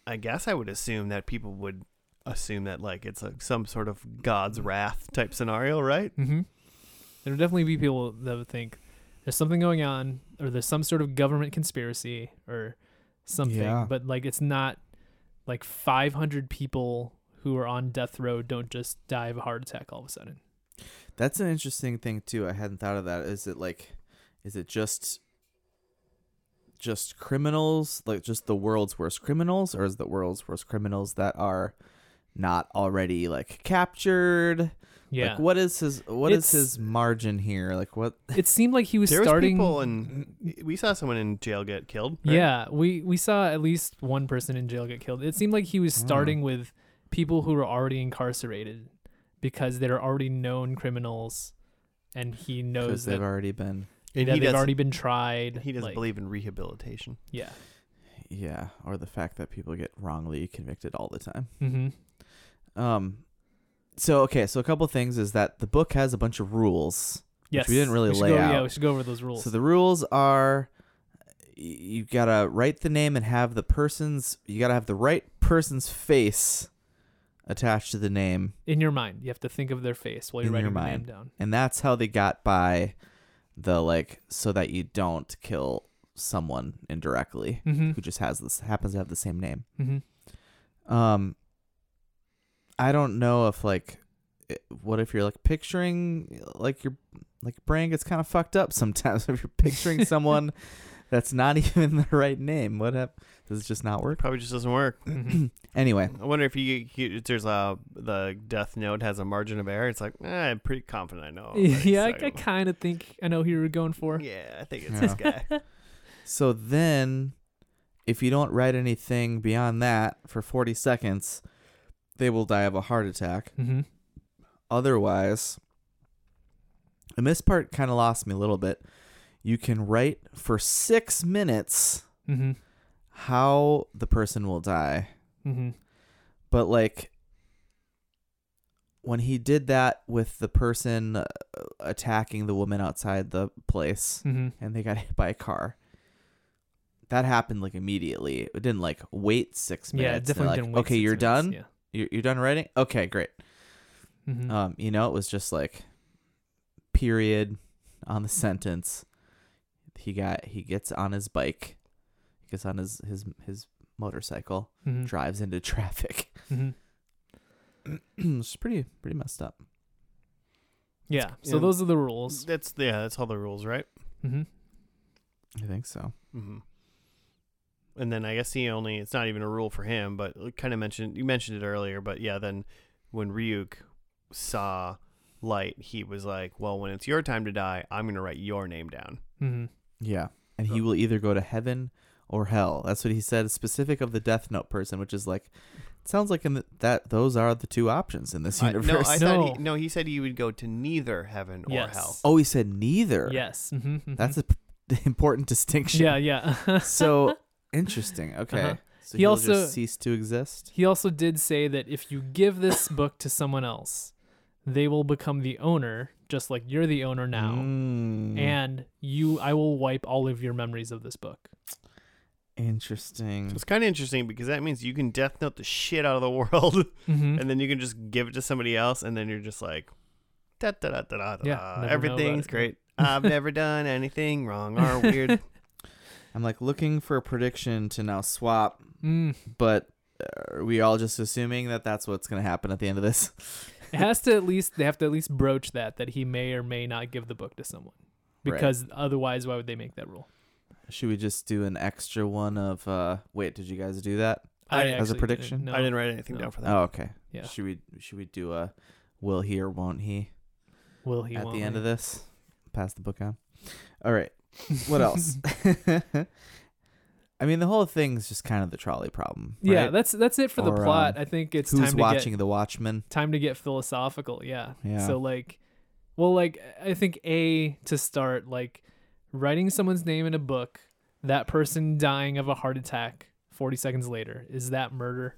I guess I would assume that people would assume that like it's a, some sort of God's wrath type scenario, right?
Mm-hmm. There would definitely be people that would think there's something going on, or there's some sort of government conspiracy, or something.
Yeah.
But like, it's not like 500 people who are on death row don't just die of a heart attack all of a sudden.
That's an interesting thing too. I hadn't thought of that. Is it like, is it just, just criminals, like just the world's worst criminals, or is the world's worst criminals that are not already like captured?
Yeah.
Like, what is his what is
It's-
his margin here? Like, what?
it seemed like he was
There
starting.
was people and we saw someone in jail get killed. right?
Yeah, we we saw at least one person in jail get killed. It seemed like he was
Mm.
starting with people who were already incarcerated because they're already known criminals, and he knows
Because they've
that,
already been.
And
that
he
they've
doesn't-
already been tried.
He doesn't
like-
believe in rehabilitation.
Yeah.
Yeah, or the fact that people get wrongly convicted all the time.
Mm-hmm.
Um, so okay, so a couple of things is that the book has a bunch of rules.
Yes,
we didn't really
should
lay
go, Yeah,
out.
we should go over those rules.
So the rules are y- you got to write the name and have the person's you got to have the right person's face attached to the name
in your mind, you have to think of their face while you're
In
writing
your
the name
mind.
down.
and that's how they got by the like so that you don't kill someone indirectly who
Mm-hmm.
just has this happens to have the same name.
Mm-hmm.
Um I don't know if like i- what if you're like picturing like your like your brain gets kind of fucked up sometimes *laughs* if you're picturing someone that's not *laughs* even the right name. What hap- does it just not work?
Probably just doesn't work.
*clears throat*
Mhm.
Anyway,
I wonder if you, you if there's a the death note has a margin of error. It's like eh, I'm pretty confident
*laughs*
I know. what
yeah, I,
he's
I
talking
kind of think I know who you were going
about.
for.
yeah, I think it's this
*laughs*
guy.
so then if you don't write anything beyond that for 40 seconds, they will die of a heart attack.
Mm-hmm.
Otherwise, and this part kind of lost me a little bit. You can write for six minutes
Mm-hmm.
how the person will die.
Mm-hmm.
But like when he did that with the person uh, attacking the woman outside the place
Mm-hmm.
and they got hit by a car. That happened like immediately. It didn't like wait six minutes.
Yeah, it
and they're
definitely
like,
didn't wait
Okay,
six
you're
minutes,
done.
Yeah.
You're, you're done writing. Okay, great.
Mm-hmm.
Um, you know, it was just like period on the sentence. He got he gets on his bike, he gets on his his his motorcycle,
mm-hmm.
*laughs* drives into traffic.
Mm-hmm.
it's pretty pretty messed up.
Yeah. So
yeah.
those are the rules.
That's yeah, that's all the rules, right?
Mm-hmm.
I think so.
Mm-hmm. And then I guess he only it's not even a rule for him, but kind of mentioned you mentioned it earlier, but yeah, then when Ryuk saw light, he was like, "Well, when it's your time to die, I'm going to write your name down."
Mm-hmm.
Yeah, and he will either go to heaven or hell. That's what he said. Specific of the Death Note person, which is like, it sounds like in the, that those are the two options in this
I-
universe. *laughs*
no, I thought
No.
he, no, he said he would go to neither heaven or
Yes.
hell.
oh, he said neither.
Yes. Mm-hmm.
that's a *laughs* p- important distinction.
yeah. Yeah. *laughs*
so interesting. Okay.
Uh-huh.
So
He
he'll
also-
just cease to exist.
He also did say that if you give
*coughs*
this book to someone else, they will become the owner, just like you're the owner now.
Mm,
And you, I will wipe all of your memories of this book.
interesting.
So it's kind of interesting because that means you can death note the shit out of the world, *laughs*
Mm-hmm.
and then you can just give it to somebody else, and then you're just like, da da da da da
Yeah,
da.
never know
Everything's
about it.
great. I've never done anything wrong or
*laughs*
weird.
I'm like looking for a prediction to now swap,
mm.
but uh, are we all just assuming that that's what's going to happen at the end of this?
It has to at least they have to at least broach that that he may or may not give the book to someone,
Right.
because otherwise, why would they make that rule?
Should we just do an extra one of uh wait, did you guys do that?
I-
actually
as
a
didn't
prediction?
know.
I didn't write anything
No.
down for that. *laughs*
Oh, okay.
Yeah.
Should we should we do a will he or won't he,
Will he
at
won't
the end
he.
of this? Pass the book on. All right.
*laughs*
What else? *laughs* I mean, the whole thing's just kind of the trolley problem.
Yeah,
right?
that's that's it for the
Or,
plot.
um,
I think it's
who's
time to
watching
get
The Watchmen?
time to get philosophical. Yeah.
Yeah.
So like, well, like I think a to start like writing someone's name in a book, that person dying of a heart attack forty seconds later is that murder?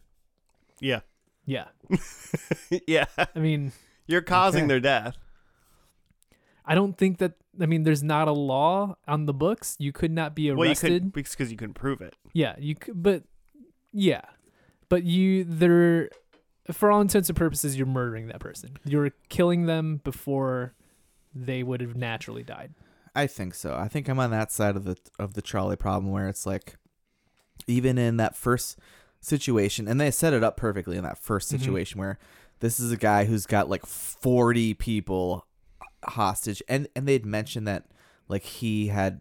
Yeah,
Yeah.
yeah,
I mean,
you're causing
Okay.
their death.
I don't think that. I mean, there's not a law on the books. You could not be
Well, you
arrested.
couldn't because you couldn't prove it.
Yeah, you could, but yeah, but you they're for all intents and purposes you're murdering that person. You're killing them before they would have naturally died.
I think so. I think I'm on that side of the of the trolley problem where it's like even in that first situation and they set it up perfectly in that first
Mhm.
situation where this is a guy who's got like 40 people hostage and and they'd mentioned that like he had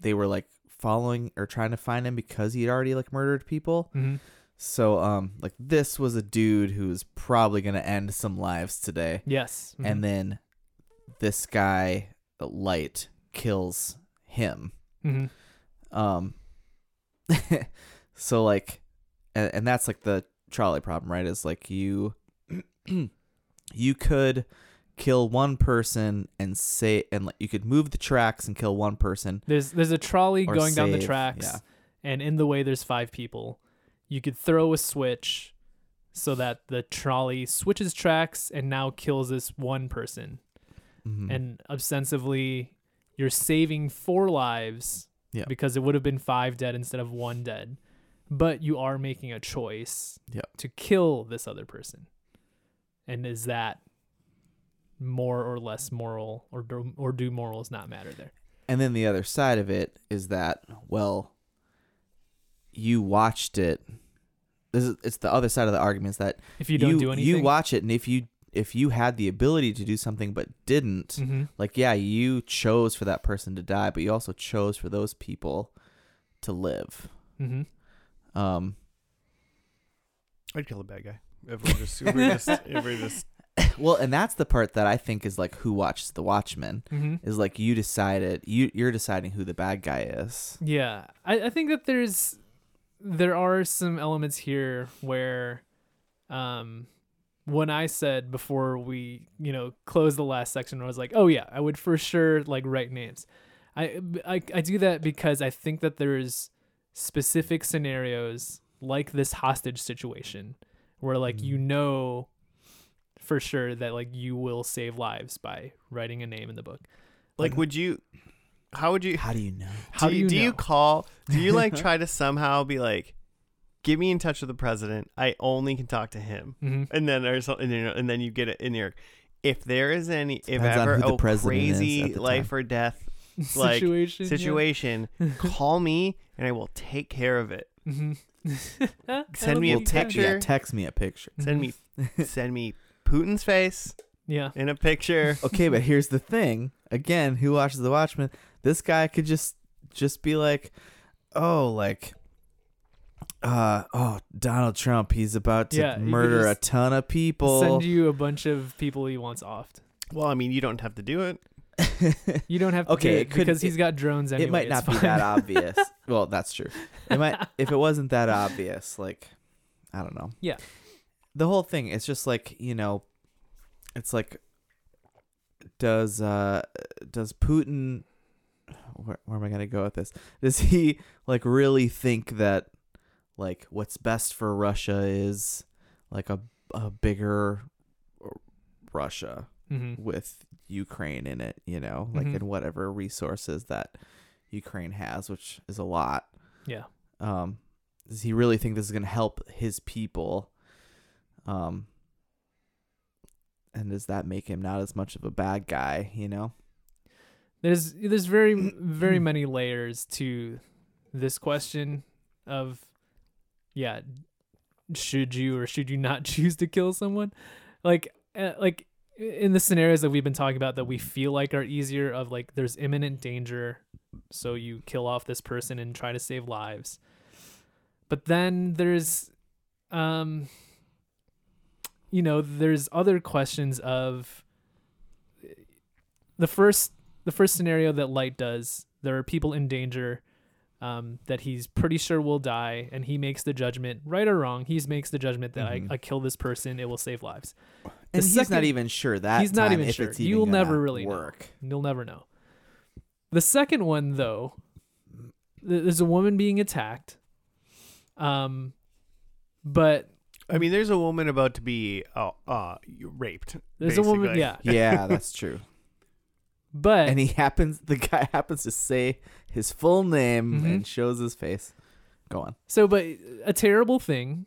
they were like following or trying to find him because he'd already like murdered people.
Mm-hmm.
So um like this was a dude who's probably going to end some lives today
Yes, Mm-hmm.
and then this guy uh, light kills him
hmm
um *laughs* so like and, and that's like the trolley problem right is like you *clears throat* you could kill one person and say and like you could move the tracks and kill one person
there's there's a trolley
Or
going down the
save,
tracks,
yeah.
and in the way there's five people. You could throw a switch, so that the trolley switches tracks and now kills this one person.
Mhm.
And ostensibly, you're saving four lives
Yeah.
because it would have been five dead instead of one dead. But you are making a choice
Yeah.
to kill this other person. And is that more or less moral, or do, or do morals not matter there?
And then the other side of it is that, well, you watched it. This is it's the other side of the argument is that
If you don't
you,
do anything,
you watch it, and if you if you had the ability to do something but didn't,
Mhm.
like yeah, you chose for that person to die, but you also chose for those people to live.
Mm-hmm.
Um, *coughs*
I'd kill a bad guy. If we're just, if
*laughs*
we're just, if we're just
well, and that's the part that I think is like who watches the Watchmen
Mm-hmm.
is like you decided you you're deciding who the bad guy is.
Yeah, I, I think that there's there are some elements here where, um, when I said before we you know closed the last section, I was like, oh yeah, I would for sure like write names. I I, I do that because I think that there's specific scenarios like this hostage situation where like
Mhm.
you know for sure that like you will save lives by writing a name in the book.
like, would you? How
Hmm.
would you?
How do you know?
How
do you, do you
know?
call? Do you
*laughs*
like try to somehow be like, get me in touch with the president? I only can talk to him.
*laughs* Mhm.
And then there's and, you know, and then you get it in your. If there is any, if
Depends on
ever
who the
a
president is at
crazy
the
life or death like,
situation yeah. *laughs*
situation, call me and I will take care of it.
Mm-hmm. *laughs*
Send me a
Well, te- yeah,
picture.
text me a picture. *laughs*
Send me, send me Putin's face
Mm-hmm. Yeah.
in a picture.
okay, but here's the thing. Again, who watches The Watchmen? This guy could just just be like, oh, like, uh, oh, Donald Trump. He's about to
Yeah, you could
murder a
just
ton of people.
Send you a bunch of people he wants off.
Well, I mean, you don't have to do it.
*laughs*
You don't have to
Okay,
do
it
it
could-
because he's got drones anyway.
it might not
it's
be
fine. *laughs*
that obvious. well, that's true. It might if it wasn't that obvious. Like, I don't know.
Yeah.
The whole thing. It's just like you know, it's like does uh does Putin where, where am I gonna go with this? Does he like really think that like what's best for Russia is like a a bigger uh, Russia?
Mhm.
with Ukraine in it, you know, like
Mhm.
in whatever resources that Ukraine has, which is a lot.
Yeah.
Um, does he really think this is going to help his people? Um, and does that make him not as much of a bad guy, you know?
There's there's very very many layers to this question of yeah, should you or should you not *laughs* choose to kill someone? Like uh, like in the scenarios that we've been talking about that we feel like are easier of like there's imminent danger so you kill off this person and try to save lives but then there's um you know there's other questions of the first the first scenario that light does there are people in danger um, that he's pretty sure will die and he makes the judgment right or wrong he makes the judgment that
Mhm.
I, I kill this person it will save lives
And he's not
second-
even sure that
he's not
time
even
if
sure.
it's even
You'll
gonna
never really know. *laughs*
work.
You'll never know. The second one, though, th- there's a woman being attacked. Um, but
I mean, there's a woman about to be uh, uh raped.
there's a woman,
basically.
yeah.
Yeah, that's true.
But
and he happens, the guy *laughs* happens to say his full name
Mhm.
and shows his face. Go on.
so, but a terrible thing.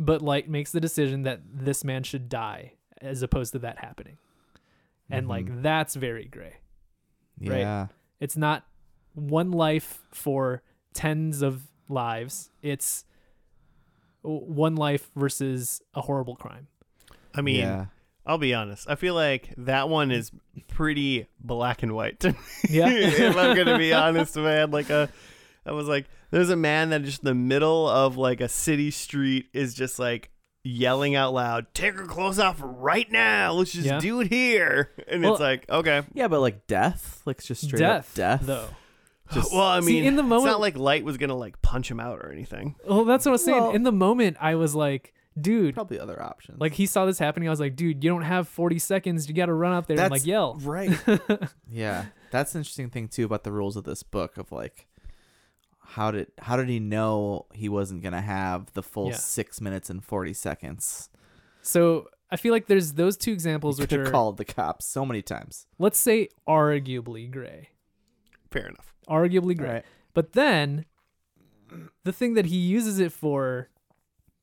But Light makes the decision that this man should die as opposed to that happening, and
Mhm.
like that's very gray. right.
yeah.
It's not one life for tens of lives. It's w- one life versus a horrible crime.
I mean,
yeah.
I'll be honest. I feel like that one is pretty black and white. *laughs*
Yeah.
if I'm gonna *laughs* be honest, man, like a, I was like, there's a man that just in the middle of like a city street is just like yelling out loud, "Take her clothes off right now! Let's just
Yeah.
do it here!" And
Well-
it's like, okay,
Yeah, but like death, like just straight
death,
up death.
though.
Just-
well, I
See,
mean,
in the
it's
moment-
not like Light was gonna like punch him out or anything.
Well, that's what I was saying.
Well-
in the moment, I was like, dude,
probably other options.
like he saw this happening. I was like, dude, you don't have 40 seconds. You got to run out there and
That's-
like yell. *laughs*
right. yeah, that's an interesting thing too about the rules of this book of like how did how did he know he wasn't gonna have the full
Yeah.
six minutes and forty seconds?
So I feel like there's those two examples
He
which
could
are
have called the cops so many times.
let's say arguably gray,
Fair enough.
arguably gray.
Right.
But then the thing that he uses it for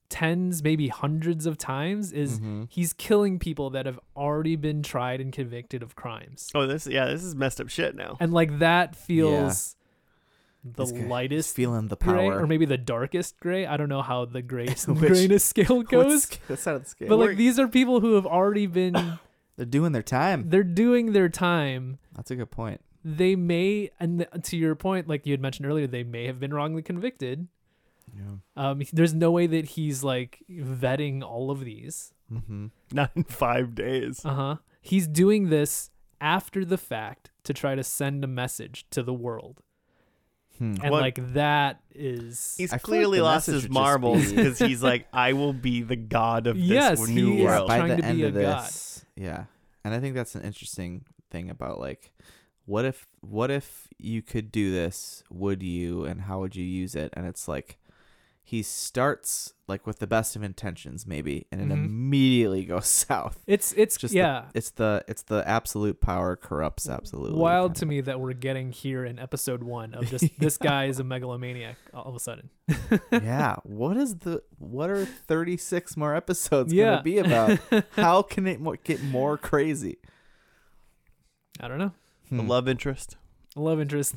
tens, maybe hundreds of times is
Mhm.
he's killing people that have already been tried and convicted of crimes.
Oh, this yeah, this is messed up shit now.
And like that feels the
This guy- he's
lightest
feeling the
gray
power.
or maybe the darkest gray. I don't know how
*laughs*
the grays
Which-
grayness scale goes.
*laughs* That's out of the scale.
But
We're-
like these are people who have
*coughs*
already been
They're doing their time.
they're doing their time.
That's a good point.
They may and th- to your point like you had mentioned earlier they may have been wrongly convicted.
Yeah.
Um there's no way that he's like vetting all of these.
Mm-hmm.
*laughs* Not in five days.
Uh-huh. He's doing this after the fact to try to send a message to the world.
Hmm.
And
What-
like that is
He's
I feel like
clearly
the
lost
message
his
would just
marbles
be-
because he's like, I will be the god of this
Yes,
new
he is.
world.
trying to be a god.
yeah, and I think that's an interesting thing about like, what if what if you could do this? Would you? And how would you use it? And it's like, he starts like with the best of intentions, maybe, and it
Mhm.
immediately *laughs* goes south.
it's it's
Just
just
the
yeah.
It's the it's the absolute power corrupts absolutely.
Wild
kind
to
of-
me that we're getting here in episode one of just
*laughs*
this guy is a megalomaniac all of a sudden.
yeah. What is the what are thirty six more episodes
yeah.
gonna
*laughs*
be about? how can it mo- get more crazy?
I don't know.
The
Hmm.
love interest.
Love interest.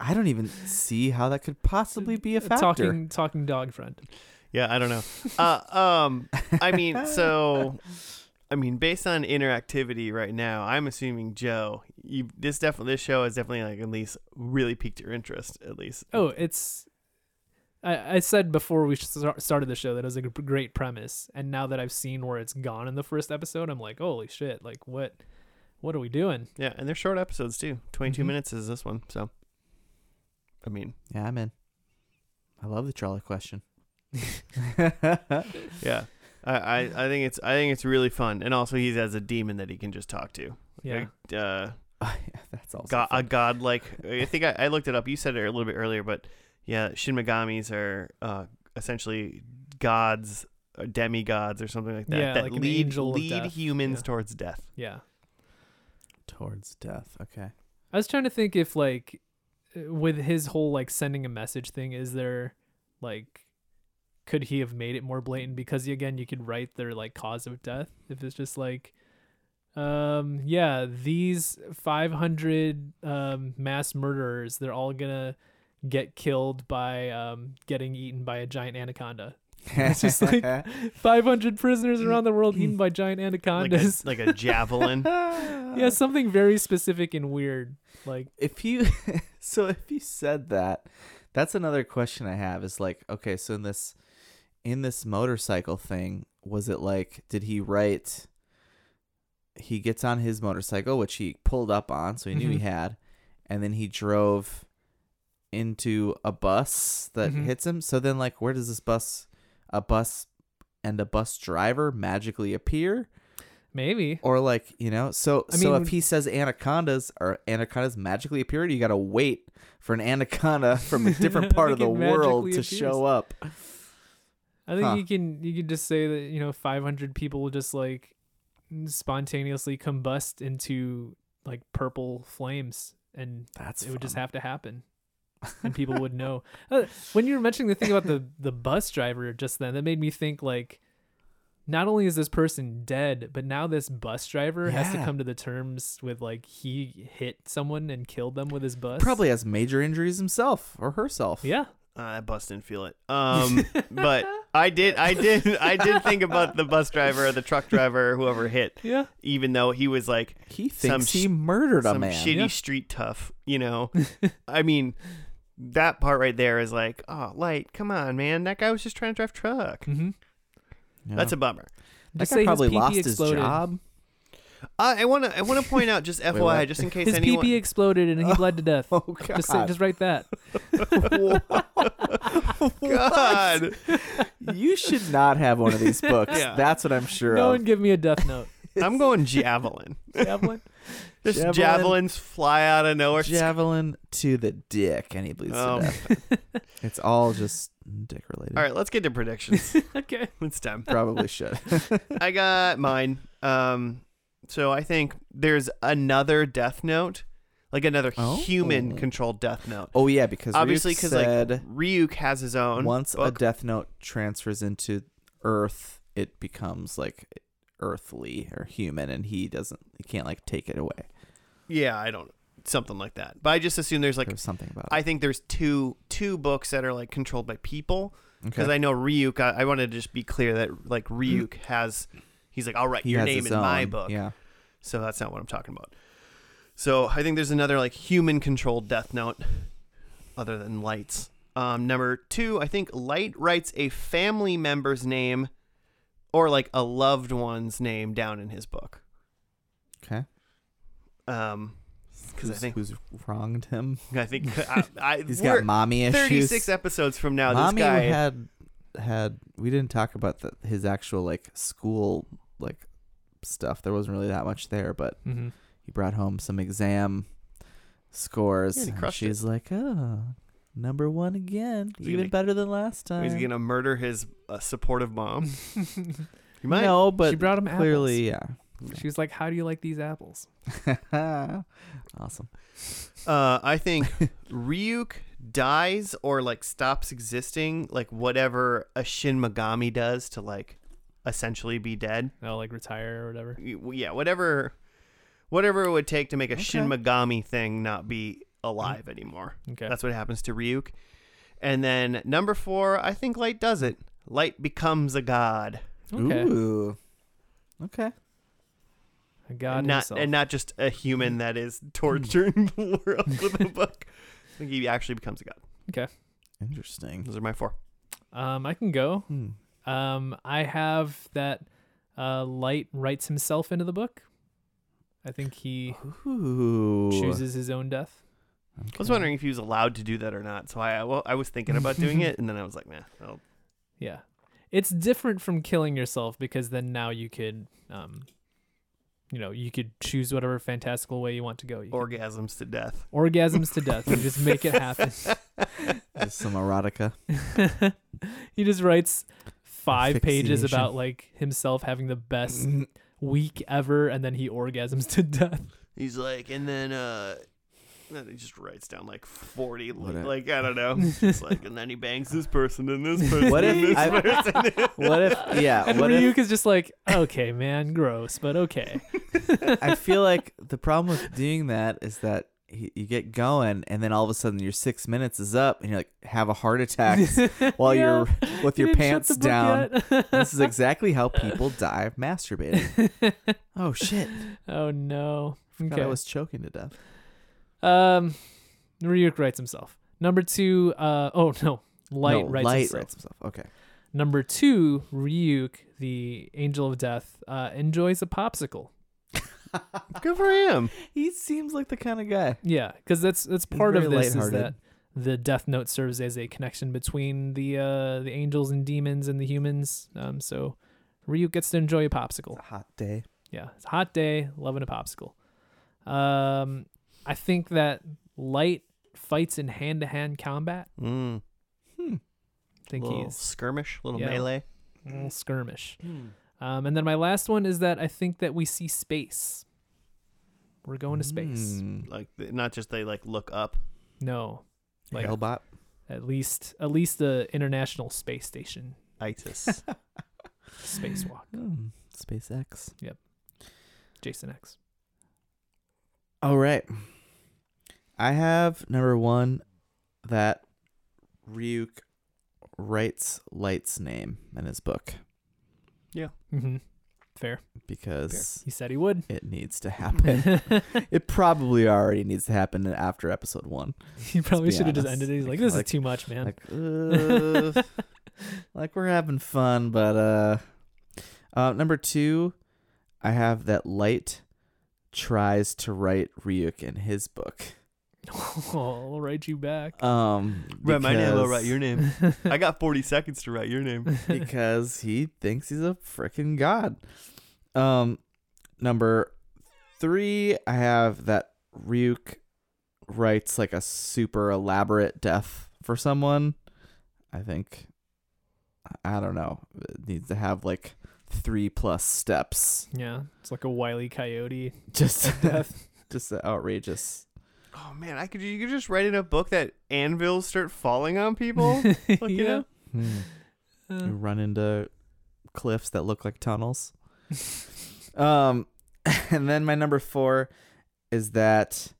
I don't even see how that
*laughs*
could possibly be a factor.
talking talking dog friend.
Yeah, I don't know. Uh, um, I mean, so, I mean, based on interactivity right now, I'm assuming Joe, you this definitely this show has definitely like at least really piqued your interest at least.
Oh, it's. I, I said before we star- started the show that it was a gr- great premise, and now that I've seen where it's gone in the first episode, I'm like, holy shit! Like what, what are we doing?
yeah, and they're short episodes too. 22
Mhm.
minutes is this one, so. I mean,
Yeah, I'm in. I love the
*laughs*
trolley question. *laughs*
yeah, I, I, I think it's I think it's really fun, and also he has a demon that he can just talk to.
Yeah,
Like, uh,
That's also
God, a
fun.
god like I think I, I looked it up. You said it a little bit earlier, but yeah, Shin Megamis are uh, essentially gods, or demigods, or something like that
Yeah,
that
like an
lead
angel of
lead
death.
humans
Yeah.
towards death.
yeah.
towards death. Okay.
I was trying to think if like, uh, with his whole like sending a message thing, is there like, could he have made it more blatant? Because again, you could write their like cause of death if it's just like, um, yeah, these 500 um mass murderers, they're all gonna get killed by um getting eaten by a giant anaconda. *laughs* It's just like
*laughs*
*laughs* 500 prisoners around the world eaten by giant
Mm. Like a,
anacondas.
like a
*laughs*
javelin.
yeah, something very specific and weird. Like,
If you *laughs* so if you said that, that's another question I have is like, okay, so in this in this motorcycle thing, was it like did he write he gets on his motorcycle, which he pulled up on, so he knew he
Mhm.
had, and then he drove into a bus that
Mhm.
hits him. So then like where does this bus a bus and a bus driver magically appear?
maybe.
or like you know so
I
so
mean-
if he says anacondas or anacondas magically appear you gotta wait for an anaconda *laughs* from a
*laughs*
different
I
part of the
think it
world to
magically
show up
I think
Huh.
you can you can just say that you know 500 people will just like spontaneously combust into like purple flames and
that's
it would just have to
*laughs*
happen and people would know. Uh, when you were mentioning the thing about the the bus driver just then, that made me think like not only is this person dead, but now this bus driver has to
Yeah.
come to the terms with like he hit someone and killed them with his bus.
probably has major injuries himself or herself
Yeah.
Uh, that bus didn't feel it. Um, but I did, I did, I did think about the bus driver or the truck driver, whoever hit,
*laughs* Yeah.
even though he was like
he
Some
thinks he
sh-
murdered a
some
man
shitty
yeah.
street tough. You
*laughs*
know, I mean, that part right there is like, oh, light, come on, man, that guy was just trying to drive truck.
Mhm.
Yeah.
That's a bummer.
That
Just
guy
say his
probably
PP
lost
exploded. *laughs*
his job
Uh, I want to I want to point out
*laughs*
just FYI,
what?
just in case
His
anyone. *laughs*
PP exploded and he bled to death.
oh god
Just say, just write that.
God,
you should not have one of these books
Yeah.
that's what i'm sure
*laughs* No
of
*laughs* one give me a death note.
I'm
*laughs*
going javelin.
Javelin.
Just
Javelin.
javelins fly out of nowhere.
Javelin to the dick, and he bleeds
Oh.
to death. It's all just dick related.
All right, let's get to
*laughs*
predictions.
*laughs* okay.
it's time.
Probably should.
I got mine. Um, so I think there's another Death Note, like another
Oh.
human-controlled Death Note.
Oh yeah, because
Obviously,
because
because like Ryuk has his own.
once a
book.
Death Note transfers into Earth, it becomes like earthly or human, and he doesn't. He can't like take it away.
yeah, I don't something like that. But I just assume there's like
There's something about
I think there's two two books that are like controlled by people
it.
because I know Ryuk. I, I wanted to just be clear that like Ryuk has he's like I'll write
Mm. He
your
has
name
his
in my
own,
book.
Yeah.
So that's not what I'm talking about. So I think there's another like human controlled Death Note other than Light's. Um, number two, I think Light writes a family member's name or like a loved one's name down in his book.
Okay.
Um, because I
Who's-
think
who's wronged him?
I
*laughs*
think I, I
He's
we're
got mommy issues.
36 episodes from now.
mommy
this guy
had had. We didn't talk about the, his actual like school like stuff. There wasn't really that much there, but
hmm
he brought home some exam scores.
Yeah, and he
and
crushed it.
she's like, oh, number one again,
He's
even
gonna-
better than last time.
he's gonna murder his uh, supportive
*laughs*
mom. You might.
No, but
she brought him apples.
clearly,
She was like, "How do you like these apples?"
yeah. *laughs* awesome.
Uh, I think *laughs* Ryuk dies or like stops existing, like whatever a Shin Megami does to like essentially be dead.
Oh, like retire or whatever.
You- Yeah, whatever, whatever it would take to make a Shin Megami thing not be alive anymore.
Okay.
That's what happens to Ryuk. And then number four, I think Light does it. Light becomes a god,
okay.
Ooh. Okay.
A god
and not
himself.
and not just a human that is *laughs* torturing the world with a book. I think he actually becomes a god.
Interesting.
Those are my four.
um, I can go.
Hmm.
Um, I have that. Uh, Light writes himself into the book. I think he
Ooh.
chooses his own death.
I was wondering if he was allowed to do that or not. So I, well, I was thinking about doing it, and then I was like, nah. I'll-
Yeah. It's different from killing yourself because then now you could, um, you know, you could choose whatever fantastical way you want to go. *laughs* You could-
orgasms to death.
orgasms to death. You just make
*laughs*
it
*laughs*
happen. *laughs*
Just some erotica.
he just writes five pages
Asphyxiation.
about like himself having the best week ever, and then he orgasms to death.
He's like, and then, uh, then he just writes down like forty, li-
What a-
like I don't
*laughs*
know, just like, and then he bangs this person and this person.
*laughs* What
and
if
this *laughs*
*laughs*
I- *laughs*
person.
What if? Yeah.
And
What if?
Ryuk is just like, okay, man, gross, but okay.
*laughs* I
*laughs*
feel like the problem with doing that is that he, you get going, and then all of a sudden your six minutes is up, and you're like have a
*laughs*
heart attack while
Yeah,
you're with
you
your
didn't shut
pants
the book
down.
yet. *laughs*
this is exactly how people die masturbating. oh shit!
*laughs* oh no.
God,
Okay.
I was choking to death.
Um, Ryuk writes himself. Number two, uh, oh no, Light
No,
writes
light
himself.
writes himself. Okay.
Number two, Ryuk, the Angel of Death, uh, enjoys a popsicle.
Good for him.
*laughs* He seems like the kind of guy.
Yeah, because that's that's part of
very
this is that
lighthearted.
the Death Note serves as a connection between the uh, the angels and demons and the humans. Um, so Ryuk gets to enjoy a popsicle.
It's a hot day.
yeah, it's a hot day, loving a popsicle. Um, I think that Light fights in hand to hand combat.
Mm,
Hmm. I think
little
he's
skirmish, little
Yeah.
melee.
a little skirmish.
Hmm.
Um, and then my last one is that I think that we see space. We're going to space.
Mm.
Like th- not just they like look up.
No, like
Hellbot.
at least at least the International Space Station
Itis.
*sighs*
spacewalk.
Mm. SpaceX.
Jason X.
All right. I have number one that Ryuk writes Light's name in his book
Mm-hmm. Fair.
because
He said he would.
it needs
*laughs*
to happen. it probably already needs to happen after episode one.
he probably
be
should have just
honest.
ended it. He's like,
Like-
"This
like-
is too much, man."
Like,
*laughs*
uh, like we're having fun, but uh, uh, number two, I have that Light tries to write Ryuk in his book.
oh, *laughs* I'll write you back.
Um,
*laughs* write my name. I'll
because-
write your name. *laughs* I got forty seconds to
*laughs*
write your name.
because he thinks he's a freaking god. Um, number three, I have that Ryuk writes like a super elaborate death for someone. I think I don't know. It needs to have like three plus steps.
*laughs*
*laughs*
Yeah, it's like a wily coyote. *laughs*
Just
Death.
just outrageous.
Oh man, I could you could just write in a book that anvils start falling on
*laughs*
people.
*laughs*
Like, you know?
Hmm. You
Uh,
run into cliffs that look
*laughs*
like tunnels. Um, *laughs* and then my number four is that.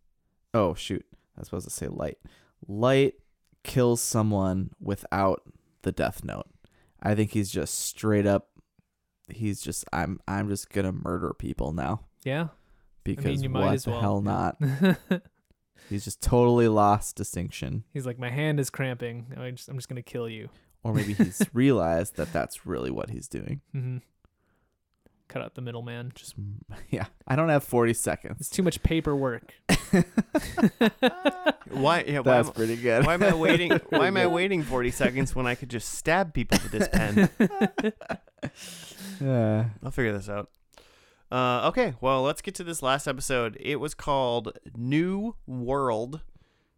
Oh shoot, I was supposed to say light. Light kills someone without the death note. I think he's just straight up. He's just I'm I'm just gonna murder people now
yeah.
because
you might
what
as
the
well.
hell not? He's just totally lost distinction,
*laughs* He's like, my hand is cramping. I just, I'm just gonna kill you.
or maybe
*laughs*
he's realized that that's really what he's doing.
hmm Cut out the middleman. Just
Just *laughs* yeah, I don't have forty seconds.
it's too much
*laughs*
paperwork. *laughs*
Why? Yeah, why,
That's
am,
pretty good.
why am
*laughs*
I waiting? Why am I
good.
waiting forty seconds when I could just stab people with this pen?
*laughs* Yeah.
I'll figure this out. Uh, okay, well, let's get to this last episode. It was called New World.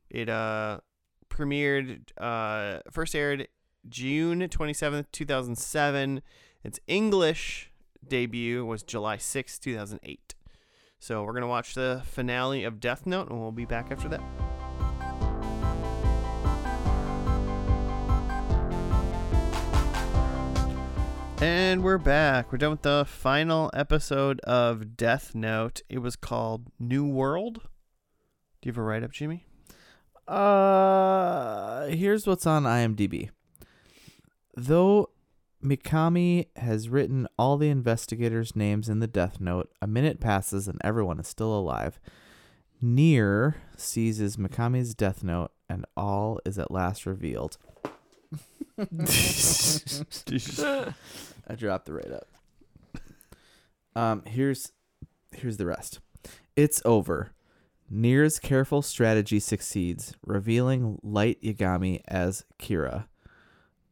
It uh, premiered, uh, first aired June 27th, 2007. Its English debut was July 6th, 2008. So we're going to watch the finale of Death Note, and we'll be back after that. And we're back. We're done with the final episode of Death Note. It was called New World. Do you have a write up, Jimmy?
Uh, here's what's on IMDb. Though Mikami has written all the investigators' names in the death note, a minute passes and everyone is still alive. Near seizes Mikami's death note, and all is at last revealed. I dropped the rate up. Um, here's here's the rest. It's over. Nier's careful strategy succeeds, revealing Light Yagami as Kira.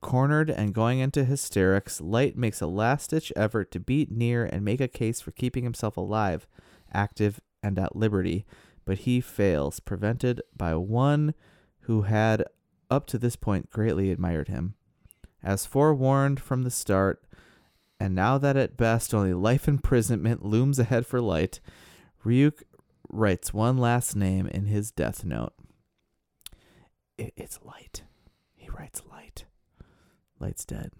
Cornered and going into hysterics, Light makes a last ditch effort to beat Nier and make a case for keeping himself alive, active, and at liberty, but he fails, prevented by one who had up to this point greatly admired him. As forewarned from the start, and now that at best only life imprisonment looms ahead for Light, Ryuk writes one last name in his death note. I- it's Light. He writes Light. Light's dead.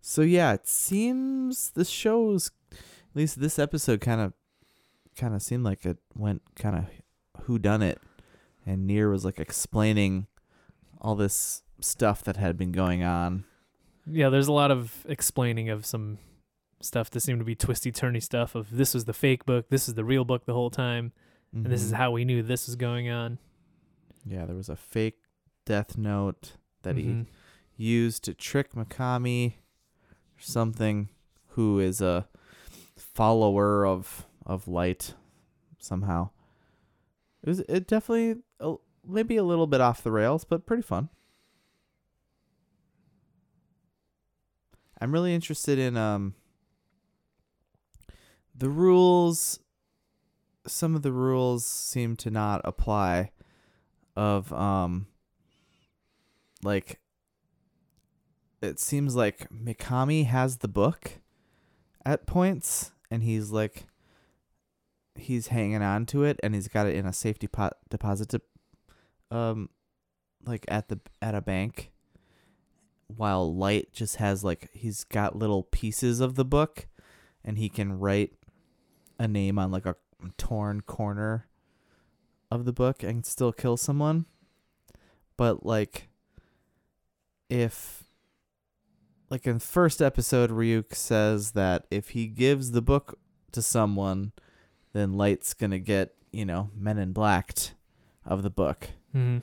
So yeah, it seems the show's at least this episode kind of kind of seemed like it went kind of who done it and Nier was like explaining all this stuff that had been going on.
yeah, there's a lot of explaining of some stuff that seemed to be twisty turny stuff. Of this was the fake book, this is the real book the whole time, and this is
Mhm.
how we knew this was going on.
Yeah, there was a fake death note that he
Mhm.
used to trick Mikami or something who is a follower of of light somehow. It was it definitely a, maybe a little bit off the rails, but pretty fun. I'm really interested in um the rules some of the rules seem to not apply of um like it seems like Mikami has the book at points and he's like he's hanging on to it and he's got it in a safety pot deposit de- um like at the at a bank while light just has like he's got little pieces of the book and he can write a name on like a torn corner of the book and still kill someone but like if like in the first episode, Ryuk says that if he gives the book to someone, then Light's gonna get you know Men in Blacked of the book.
Mhm.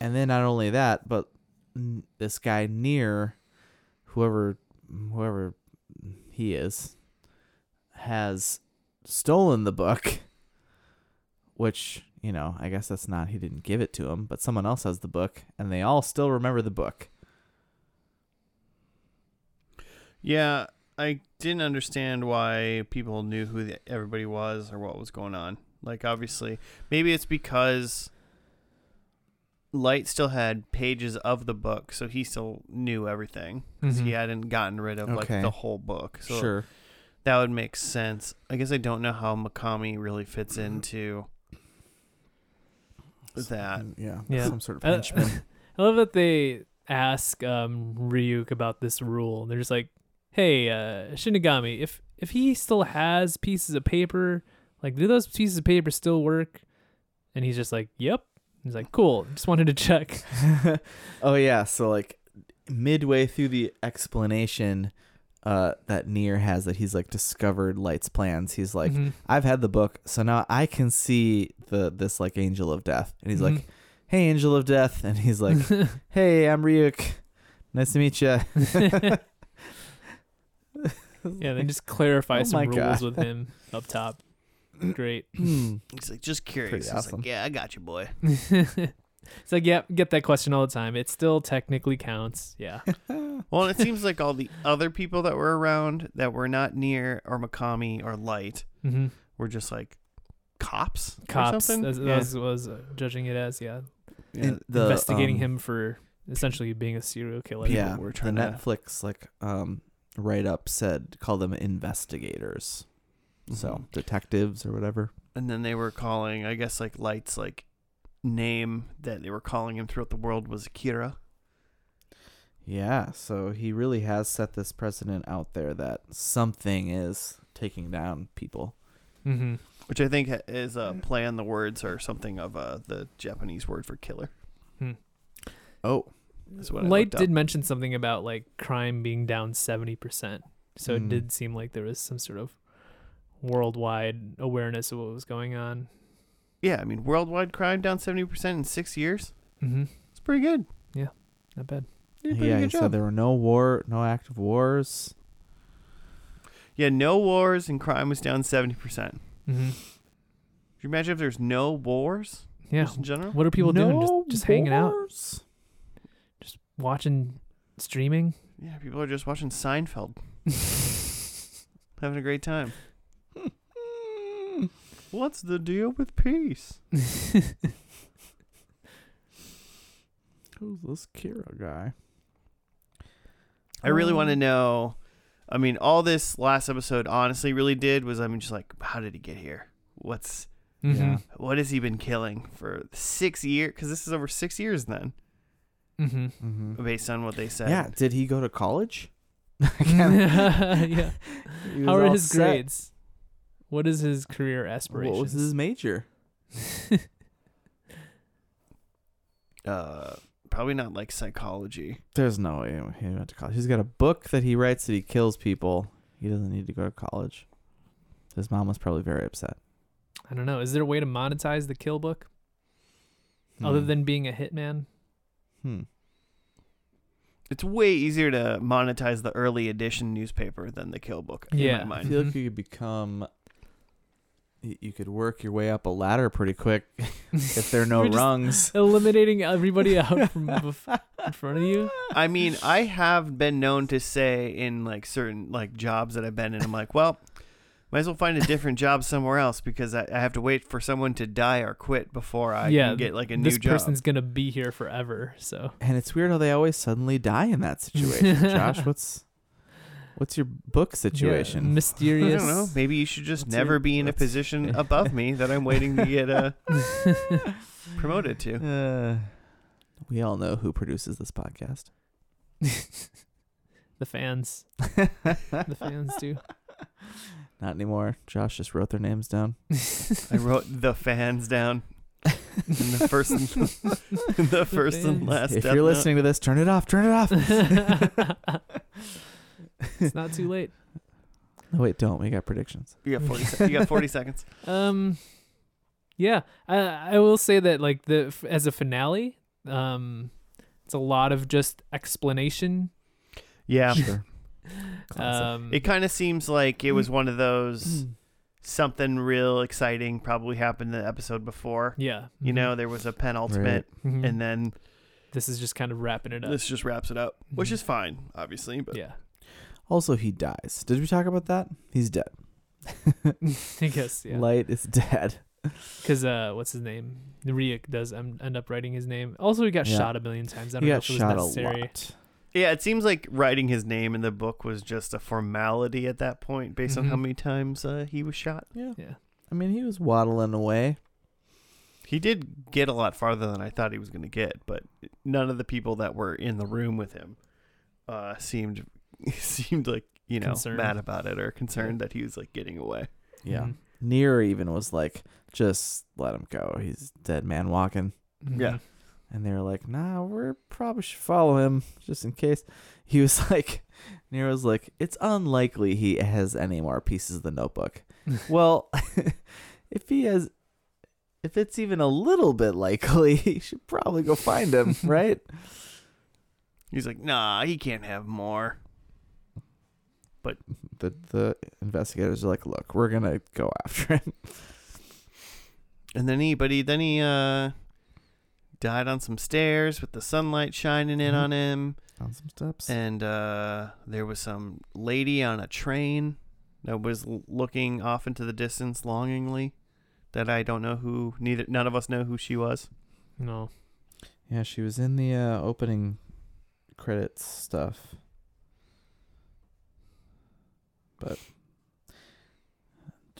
And then not only that, but n- this guy near whoever whoever he is has stolen the book, which you know I guess that's not he didn't give it to him, but someone else has the book, and they all still remember the book.
Yeah, I didn't understand why people knew who the, everybody was or what was going on. Like obviously, maybe it's because Light still had pages of the book, so he still knew everything because he
Mhm.
hadn't gotten rid of like
Okay.
the whole book. So
sure.
that would make sense. I guess I don't know how Makami really fits into that.
Yeah.
Yeah.
Some sort of
Uh,
henchman.
I love that they ask um, Ryuk about this rule, and they're just like, "Hey, uh, Shinigami, if if he still has pieces of paper, like do those pieces of paper still work?" And he's just like, "Yep." He's like, "Cool, just wanted to check."
*laughs* oh yeah, so like midway through the explanation uh that Nier has that he's like discovered Light's plans, he's like,
Mhm.
I've had the book, so now I can see the this like angel of death. And he's like,
Mm-hmm.
Hey angel of death and
*laughs*
he's like,
Mhm.
Hey, I'm Ryuk. Nice to meet you.
yeah, they just clarify
Oh my
some rules
God.
with
*laughs*
him up top. Great. *laughs*
He's like just curious.
Pretty
He's
awesome.
like, yeah, I got you, boy.
it's like, yep, get that question all the time. It still technically counts.
*laughs*
Yeah.
Well, and it seems like all the other people that were around that were not near or Makami or Light
Mm-hmm.
were just like cops. or
Cops.
something?
That's,
yeah.
That was, was uh, judging it as yeah.
Yeah.
And the,
investigating
um,
him for essentially being a serial killer.
people
yeah,
were
the
trying to-
Netflix like um write up said call them investigators. Mm-hmm. So
Mhm.
detectives or whatever.
and then they were calling, I guess, like Light's like name that they were calling him throughout the world was Akira.
Yeah, so he really has set this precedent out there that something is taking down people.
Mm-hmm.
Which I think ha- is
Mm-hmm.
a play on the words or something of uh, the Japanese word for killer.
Oh,
Is what I
Light
looked up.
did mention something about like crime being down seventy percent, so
Mm.
it did seem like there was some sort of worldwide awareness of what was going on.
Yeah, I mean, worldwide crime down 70% in six years.
Mm-hmm.
It's pretty good.
Not bad.
They did a pretty
yeah. He
good job.
said there were no war, no active wars.
yeah, no wars and crime was down 70%. Could
Mm-hmm.
you imagine if there's no wars
Yeah.
just in general?
What are people doing? Just,
No
just hanging out,
wars?
just watching
*laughs*
streaming.
Yeah, people are just watching Seinfeld, having a great time.
Hmm.
What's the deal with peace? Mm-hmm.
Who's this Kira guy?
I really
Um,
want to know. I mean, all this last episode honestly really did was I mean, just like, how did he get here? What's
Mm-hmm.
Yeah.
what has he been killing for six years? Because this is over six years then,
*laughs*
Mm-hmm.
Mm-hmm.
based on what they said.
Yeah. Did he go to college?
*laughs* yeah.
*laughs* He was
How are
all
his
set.
grades? What is his career aspirations?
What was his major?
*laughs*
Uh, probably not like psychology.
There's no way he went to college. He's got a book that he writes that he kills people. He doesn't need to go to college. His mom was probably very upset.
I don't know. Is there a way to monetize the kill book other
Hmm.
than being a hitman?
hmm.
It's way easier to monetize the early edition newspaper than the kill book. in my
Yeah.
I
mind.
feel like
Mhm.
you could become. y- You could work your way up a ladder pretty quick
*laughs*
if there are no
You're just
rungs.
Eliminating
*laughs*
everybody out from bef- in front of you.
I mean, I have been known to say in like certain like jobs that I've been in, I'm like, well, might as well find a different job somewhere else because I, I have to wait for someone to die or quit before I
Yeah,
can get like a new
this
job.
person's gonna be here forever. So
And it's weird how they always suddenly die in that situation.
*laughs*
Josh, what's what's your book
Yeah,
situation?
I
mysterious.
don't know. Maybe you should just
That's
never
it.
be in a
That's-
position above me that I'm waiting to get uh, promoted to.
Uh, *sighs* we all know who produces this podcast.
*laughs* the fans.
the
fans do.
*laughs* Not anymore. Josh just wrote their names down.
I wrote the fans down in the first,
*laughs*
in *laughs* the first and
fans.
last.
if
Death
you're
Note.
listening to this, turn it off. Turn
*laughs*
it off.
it's not too late.
No, wait, don't. We got predictions.
you got forty. sec you got forty seconds.
Um, yeah, I I will say that like the f- as a finale, um, it's a lot of just explanation.
Yeah,
*laughs*
*laughs* Sure. Classic.
Um,
it kind of seems like it was one of
*clears throat*
those.
Mm.
something real exciting probably happened the episode before.
yeah,
You
mhm,
know, there was a penultimate,
mhm.
and then
this is just kind of wrapping it up.
this just wraps it up, which
Mhm.
is fine, obviously. But
*laughs* yeah,
Also, he dies. Did we talk about that? He's dead.
*laughs* I guess yeah.
Light is dead.
Because uh, what's his name? Riek does em- end up writing his name. Also, he got
Yeah.
shot a million times. I don't
He
know
got
if it was
shot a
necessary.
lot.
Yeah, it seems like writing his name in the book was just a formality at that point, based on how
Mhm.
many times uh, he was shot.
Yeah.
Yeah.
I mean, he was waddling away.
He did get a lot farther than I thought he was going to get, but none of the people that were in the room with him uh, seemed *laughs* seemed like you know
Concerned.
mad about it or concerned that he was like getting away.
Yeah.
Mhm.
Near even was like, just let him go. He's a dead man walking.
Yeah.
Mhm.
And they were like, nah, we're probably should follow him just in case. He was *laughs* like, Nero's like, it's unlikely he has any more pieces of
*laughs*
the notebook. well, *laughs* if he has, if it's even a little bit likely, *laughs* he should probably go find
*laughs*
him, right?
He's like, nah, he can't have more.
The the investigators are like, look, we're gonna go *laughs* after him.
And then he, but he, then he uh, died on some stairs with the sunlight shining in
Mhm.
on him,
On some steps.
and uh, there was some lady on a train that was l- looking off into the distance longingly. That I don't know who. Neither none of us know who she was.
No.
Yeah, she was in the uh, opening credits stuff. But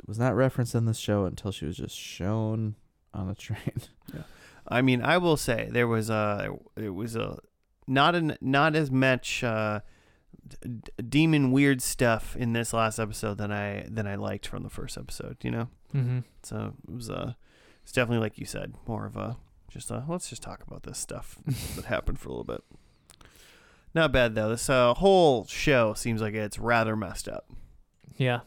was not referenced in this show until she was just shown on a train. *laughs*
I mean, I will say there was a it was a not an not as much uh, d- d- demon weird stuff in this last episode than I than I liked from the first episode. You know,
Mm-hmm.
so it was uh it's definitely like you said, more of a just a let's just talk about this stuff that happened for a little bit. Not bad though. This uh, whole show seems like it's rather messed up
Yeah.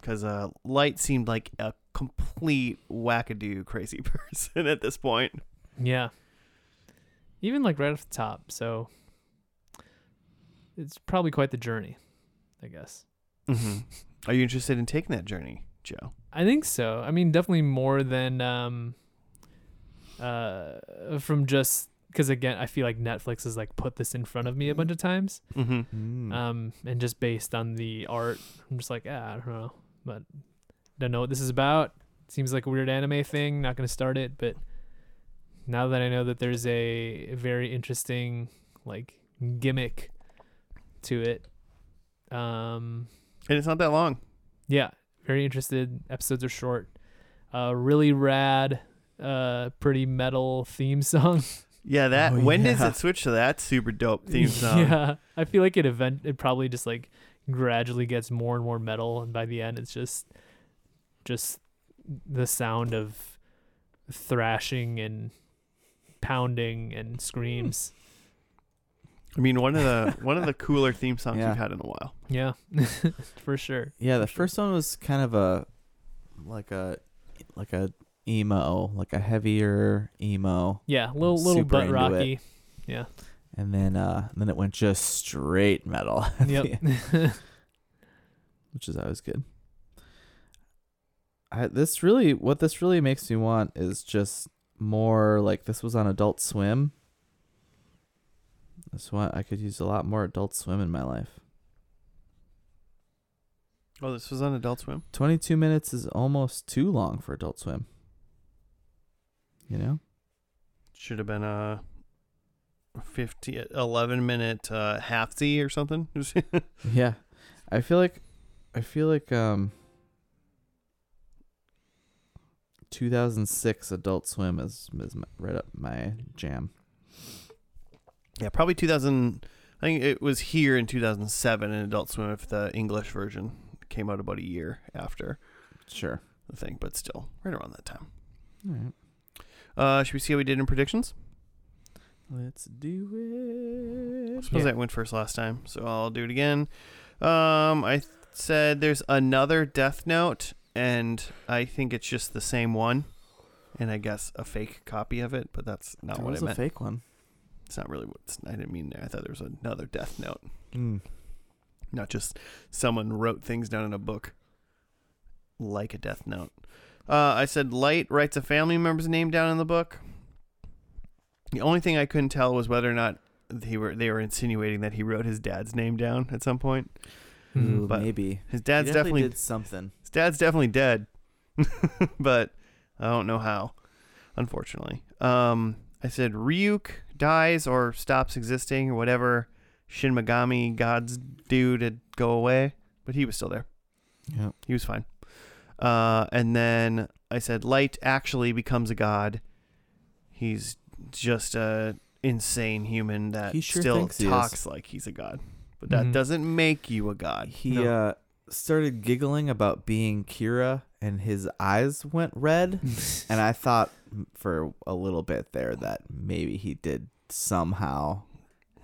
because uh, Light seemed like a complete wackadoo crazy *laughs* person at this point.
Yeah. Even like right off the top, so it's probably quite the journey, I guess.
Mm-hmm. Are you interested in taking that journey, Joe?
I think so. I mean, definitely more than um uh from just because again, I feel like Netflix has like put this in front of me a bunch of times.
Mm-hmm.
Hmm.
um, and just based on the art, I'm just like, ah, I don't know, but don't know what this is about. Seems like a weird anime thing. Not gonna start it, but now that I know that there's a very interesting like gimmick to it, um,
And it's not that long.
yeah, very interested. Episodes are short. Uh, really rad. Uh, pretty metal theme song.
Yeah, that.
Oh,
when does
yeah.
it switch to that super dope *laughs* theme song?
*laughs* Yeah, I feel like it event it probably just like gradually gets more and more metal, and by the end, it's just just the sound of thrashing and pounding and
Hmm.
screams.
I mean, one of the one of the cooler theme songs
Yeah.
we've had in a while.
Yeah, *laughs* for sure.
yeah, the first one was kind of a like a like a emo, like a heavier emo,
Yeah, little little butt
super
*laughs*
into
rocky.
and then uh then it went just straight metal, *laughs* at the
Yep.
*laughs*
which is always good. I, this really, what this really makes me want is just more like this was on Adult Swim. This one I could use a lot more Adult Swim in my life.
Oh, this was on Adult Swim.
Twenty-two minutes is almost too long for Adult Swim. You know,
Should have been a 50, 11 minute uh, halfsy or something. *laughs*
yeah. I feel like, I feel like um. 2006 Adult Swim is is my, right up my jam.
yeah, probably two thousand. I think it was here in two thousand seven in Adult Swim. If the English version came out about a year after
Sure.
the thing, but still right around that time.
All right.
Uh, should we see how we did in predictions?
Let's do
I
it.
suppose I went first last time, so I'll do it again. Um, I th- said there's another Death Note, and I think it's just the same one, and I guess a fake copy of it, but that's not
There
what I
was a
meant.
fake one.
It's not really what it's, I didn't mean there. I thought there was another Death Note, Mm. not just someone wrote things down in a book like a Death Note. Uh, I said Light writes a family member's name down in the book. The only thing I couldn't tell was whether or not he were they were insinuating that he wrote his dad's name down at some point.
*laughs*
Ooh,
But
maybe.
His
He
dad's definitely,
did something.
his dad's definitely dead, *laughs* but I don't know how. Unfortunately, um, I said Ryuk dies or stops existing or whatever. Shin Megami gods do to go away, but he was still there.
Yeah.
He was fine. Uh, and then I said, Light actually becomes a god. He's just a insane human that
He sure
still
thinks he is. Mm-hmm.
talks like he's a god, but that
Mhm.
doesn't make you a god.
He
No.
uh, started giggling about being Kira, and his eyes went red. and I thought for a little bit there that maybe he did somehow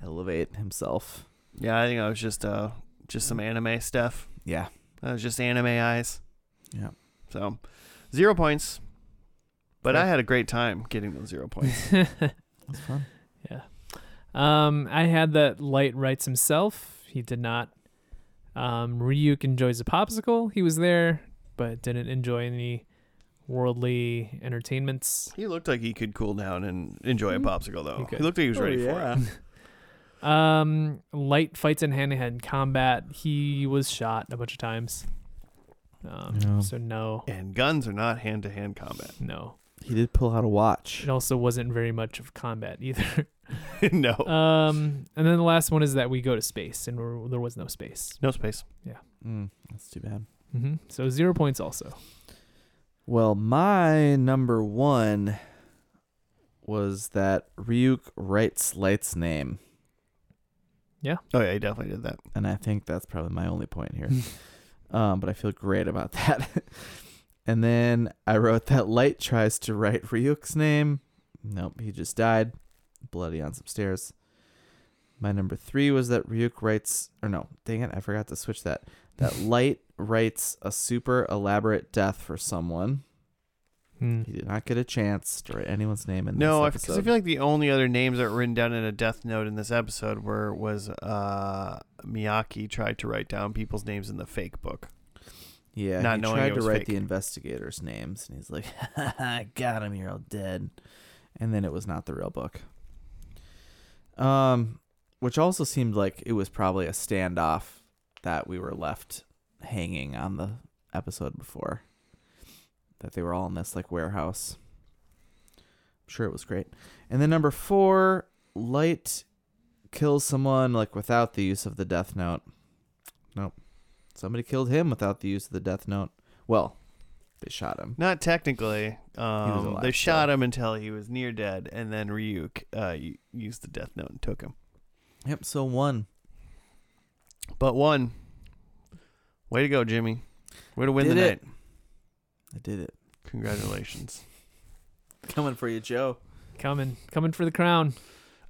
elevate himself.
yeah, I think I was just uh just some anime stuff.
Yeah.
That was just anime eyes.
Yeah.
So zero points, but
Fair.
I had a great time getting those zero points. *laughs*
*laughs*
That's fun.
Yeah. Um, I had that Light writes himself. He did not. Um, Ryuk enjoys a popsicle. He was there, but didn't enjoy any worldly entertainments.
he looked like he could cool down and enjoy a
Mm-hmm.
Mm.
popsicle
He
though. He,
could.
looked like he was ready for it.
Um, Light fights in hand to hand combat. He was shot a bunch of times. Um,
Yeah.
So, no.
And guns are not hand to hand
*laughs*
combat. *laughs*
No.
He did pull out a watch.
It also wasn't very much of combat either. *laughs*
no.
Uh,
um, and then the last one is that we go to space, and we're, there was no space.
no space.
Mm, that's too bad.
hmm So, zero points also.
Well, my number one was that Ryuk writes Light's name,
Oh yeah, he definitely did that.
and I think that's probably my only point here. um, but I feel great about that. *laughs* and then I wrote that Light tries to write Ryuk's name. Nope, he just died, bloody on some stairs. My number three was that Ryuk writes, or no, dang it, I forgot to switch that. That Light writes a super elaborate death for someone.
Hmm.
He did not get a chance to write anyone's name in
No, I,
this
cause I
episode.
feel like the only other names that were written down in a death note in this episode were was uh, Miyaki tried to write down people's names in the fake book.
yeah,
not
he
knowing
tried
it
to
was
write
fake.
the investigators' names, and he's like, *laughs* "I "Got him, you're all dead." And then it was not the real book. Um, which also seemed like it was probably a standoff that we were left hanging on the episode before. That they were all in this like warehouse. I'm sure it was great. And then number four, Light kills someone like without the use of the death note. Nope. Somebody killed him without the use of the death note. Well, they shot him.
Not technically. Um,
alive,
they
so-
shot him until he was near dead, and then Ryuk uh, u- used the death note and took him.
Yep, so one.
But one, way to go, Jimmy. Way to win
Did
the
it.
night.
I did it.
Congratulations.
Coming for you, Joe.
Coming, coming for the crown.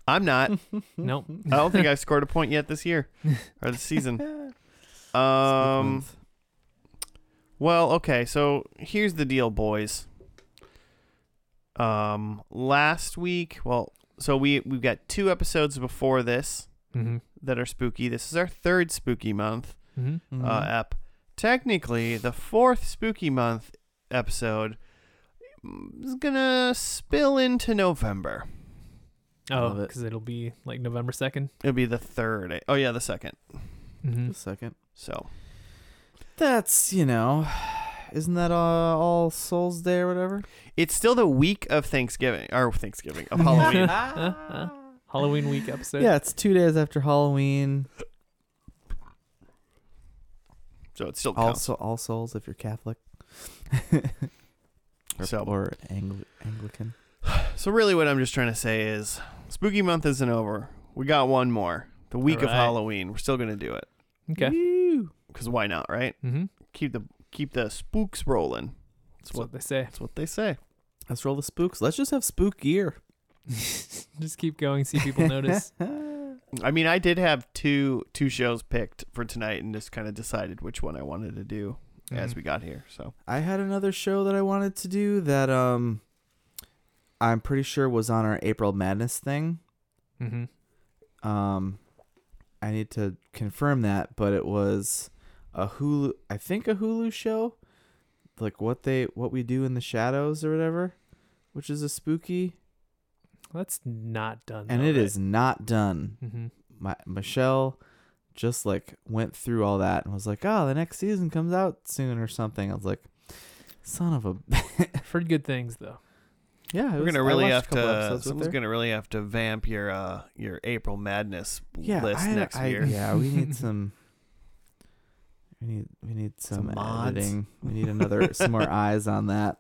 I'm not. I
Hmm. *laughs*
Nope.
don't think I've scored a point yet this year or this season. Um. Well, okay, so here's the deal, boys. Um, last week, well, so we we've got two episodes before this
Mm-hmm.
that are spooky. This is our third spooky month
Mm-hmm.
uh, ep. Technically, the fourth spooky month episode mm, is gonna spill into November.
Oh,
Love it.
because it. will be like November 2nd.
It'll be the third. eh, Oh yeah, the second.
Mm-hmm.
a second.
So
That's you know, *sighs* isn't that uh, All Souls Day or whatever?
it's still the week of Thanksgiving or Thanksgiving of
*laughs*
Halloween.
Halloween week episode.
yeah, it's two days after Halloween.
so it
Oh,
still counts.
Also, All Souls if you're Catholic. *laughs* or,
So-
or Angli- Anglican.
So really, what I'm just trying to say is, spooky month isn't over. We got one more. The week of
Alright.
Halloween. We're still gonna do it
Okay.
Woo.
because why not, right?
Mm-hmm.
Keep the keep the spooks rolling.
That's what they say. *laughs*
That's what they say.
Let's roll the spooks. Let's just have spook year.
Just keep going, see people
*laughs*
notice.
I mean, I did have two two shows picked for tonight, and just kind of decided which one I wanted to do as
Mhm.
we got here. So
I had another show that I wanted to do that um I'm pretty sure was on our April Madness thing.
Mhm.
Um I need to confirm that, but it was a Hulu I think a Hulu show. Like what they what we do in the shadows or whatever, which is a spooky
That's not done.
and it is not done.
Mm-hmm.
My, Michelle just like went through all that and was like, "Oh, the next season comes out soon or something." I was like, "Son of a
I've heard good things though.
yeah." it
We're
was-
gonna
I
really
watched a
have
couple
to.
episodes with
Someone's
her.
gonna really have to vamp your uh your April Madness
yeah,
list
I-
next
I-
year.
Yeah, we need some. We need we need some,
Some mods.
editing. We need another some more eyes on that.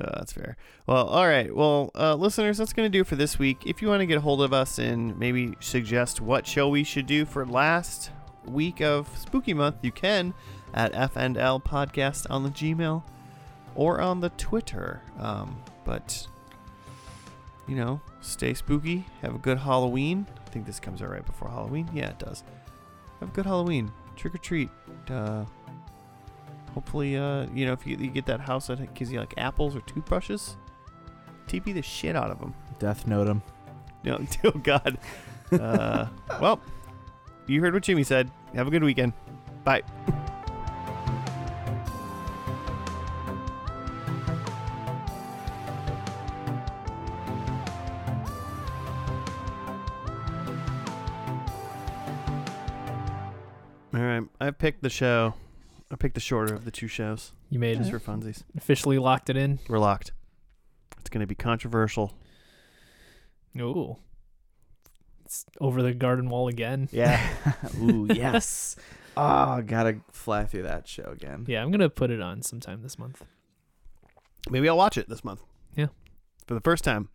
Uh, that's fair. Well, all right. Well, uh, listeners, that's going to do it for this week. If you want to get a hold of us and maybe suggest what show we should do for last week of Spooky Month, you can at FNL Podcast on the Gmail or on the Twitter. Um, but, you know, stay spooky. Have a good Halloween. I think this comes out right before Halloween. Yeah, it does. Have a good Halloween. Trick or treat. Uh, Hopefully, uh, you know, if you, you get that house that gives you like apples or toothbrushes, TP the shit out of them.
Death note 'em.
*laughs* No, *laughs* oh God. *laughs* Uh, well, you heard what Jimmy said. Have a good weekend. All right, I picked the show. I picked the shorter of the two shows
You made
just
it.
for funsies.
Officially locked it in.
We're locked. It's gonna be controversial.
Ooh. It's over the garden wall again.
*laughs* Yeah. Ooh, yes. Oh, gotta fly through that show again.
Yeah, I'm gonna put it on sometime this month.
Maybe I'll watch it this month.
Yeah.
For the first time.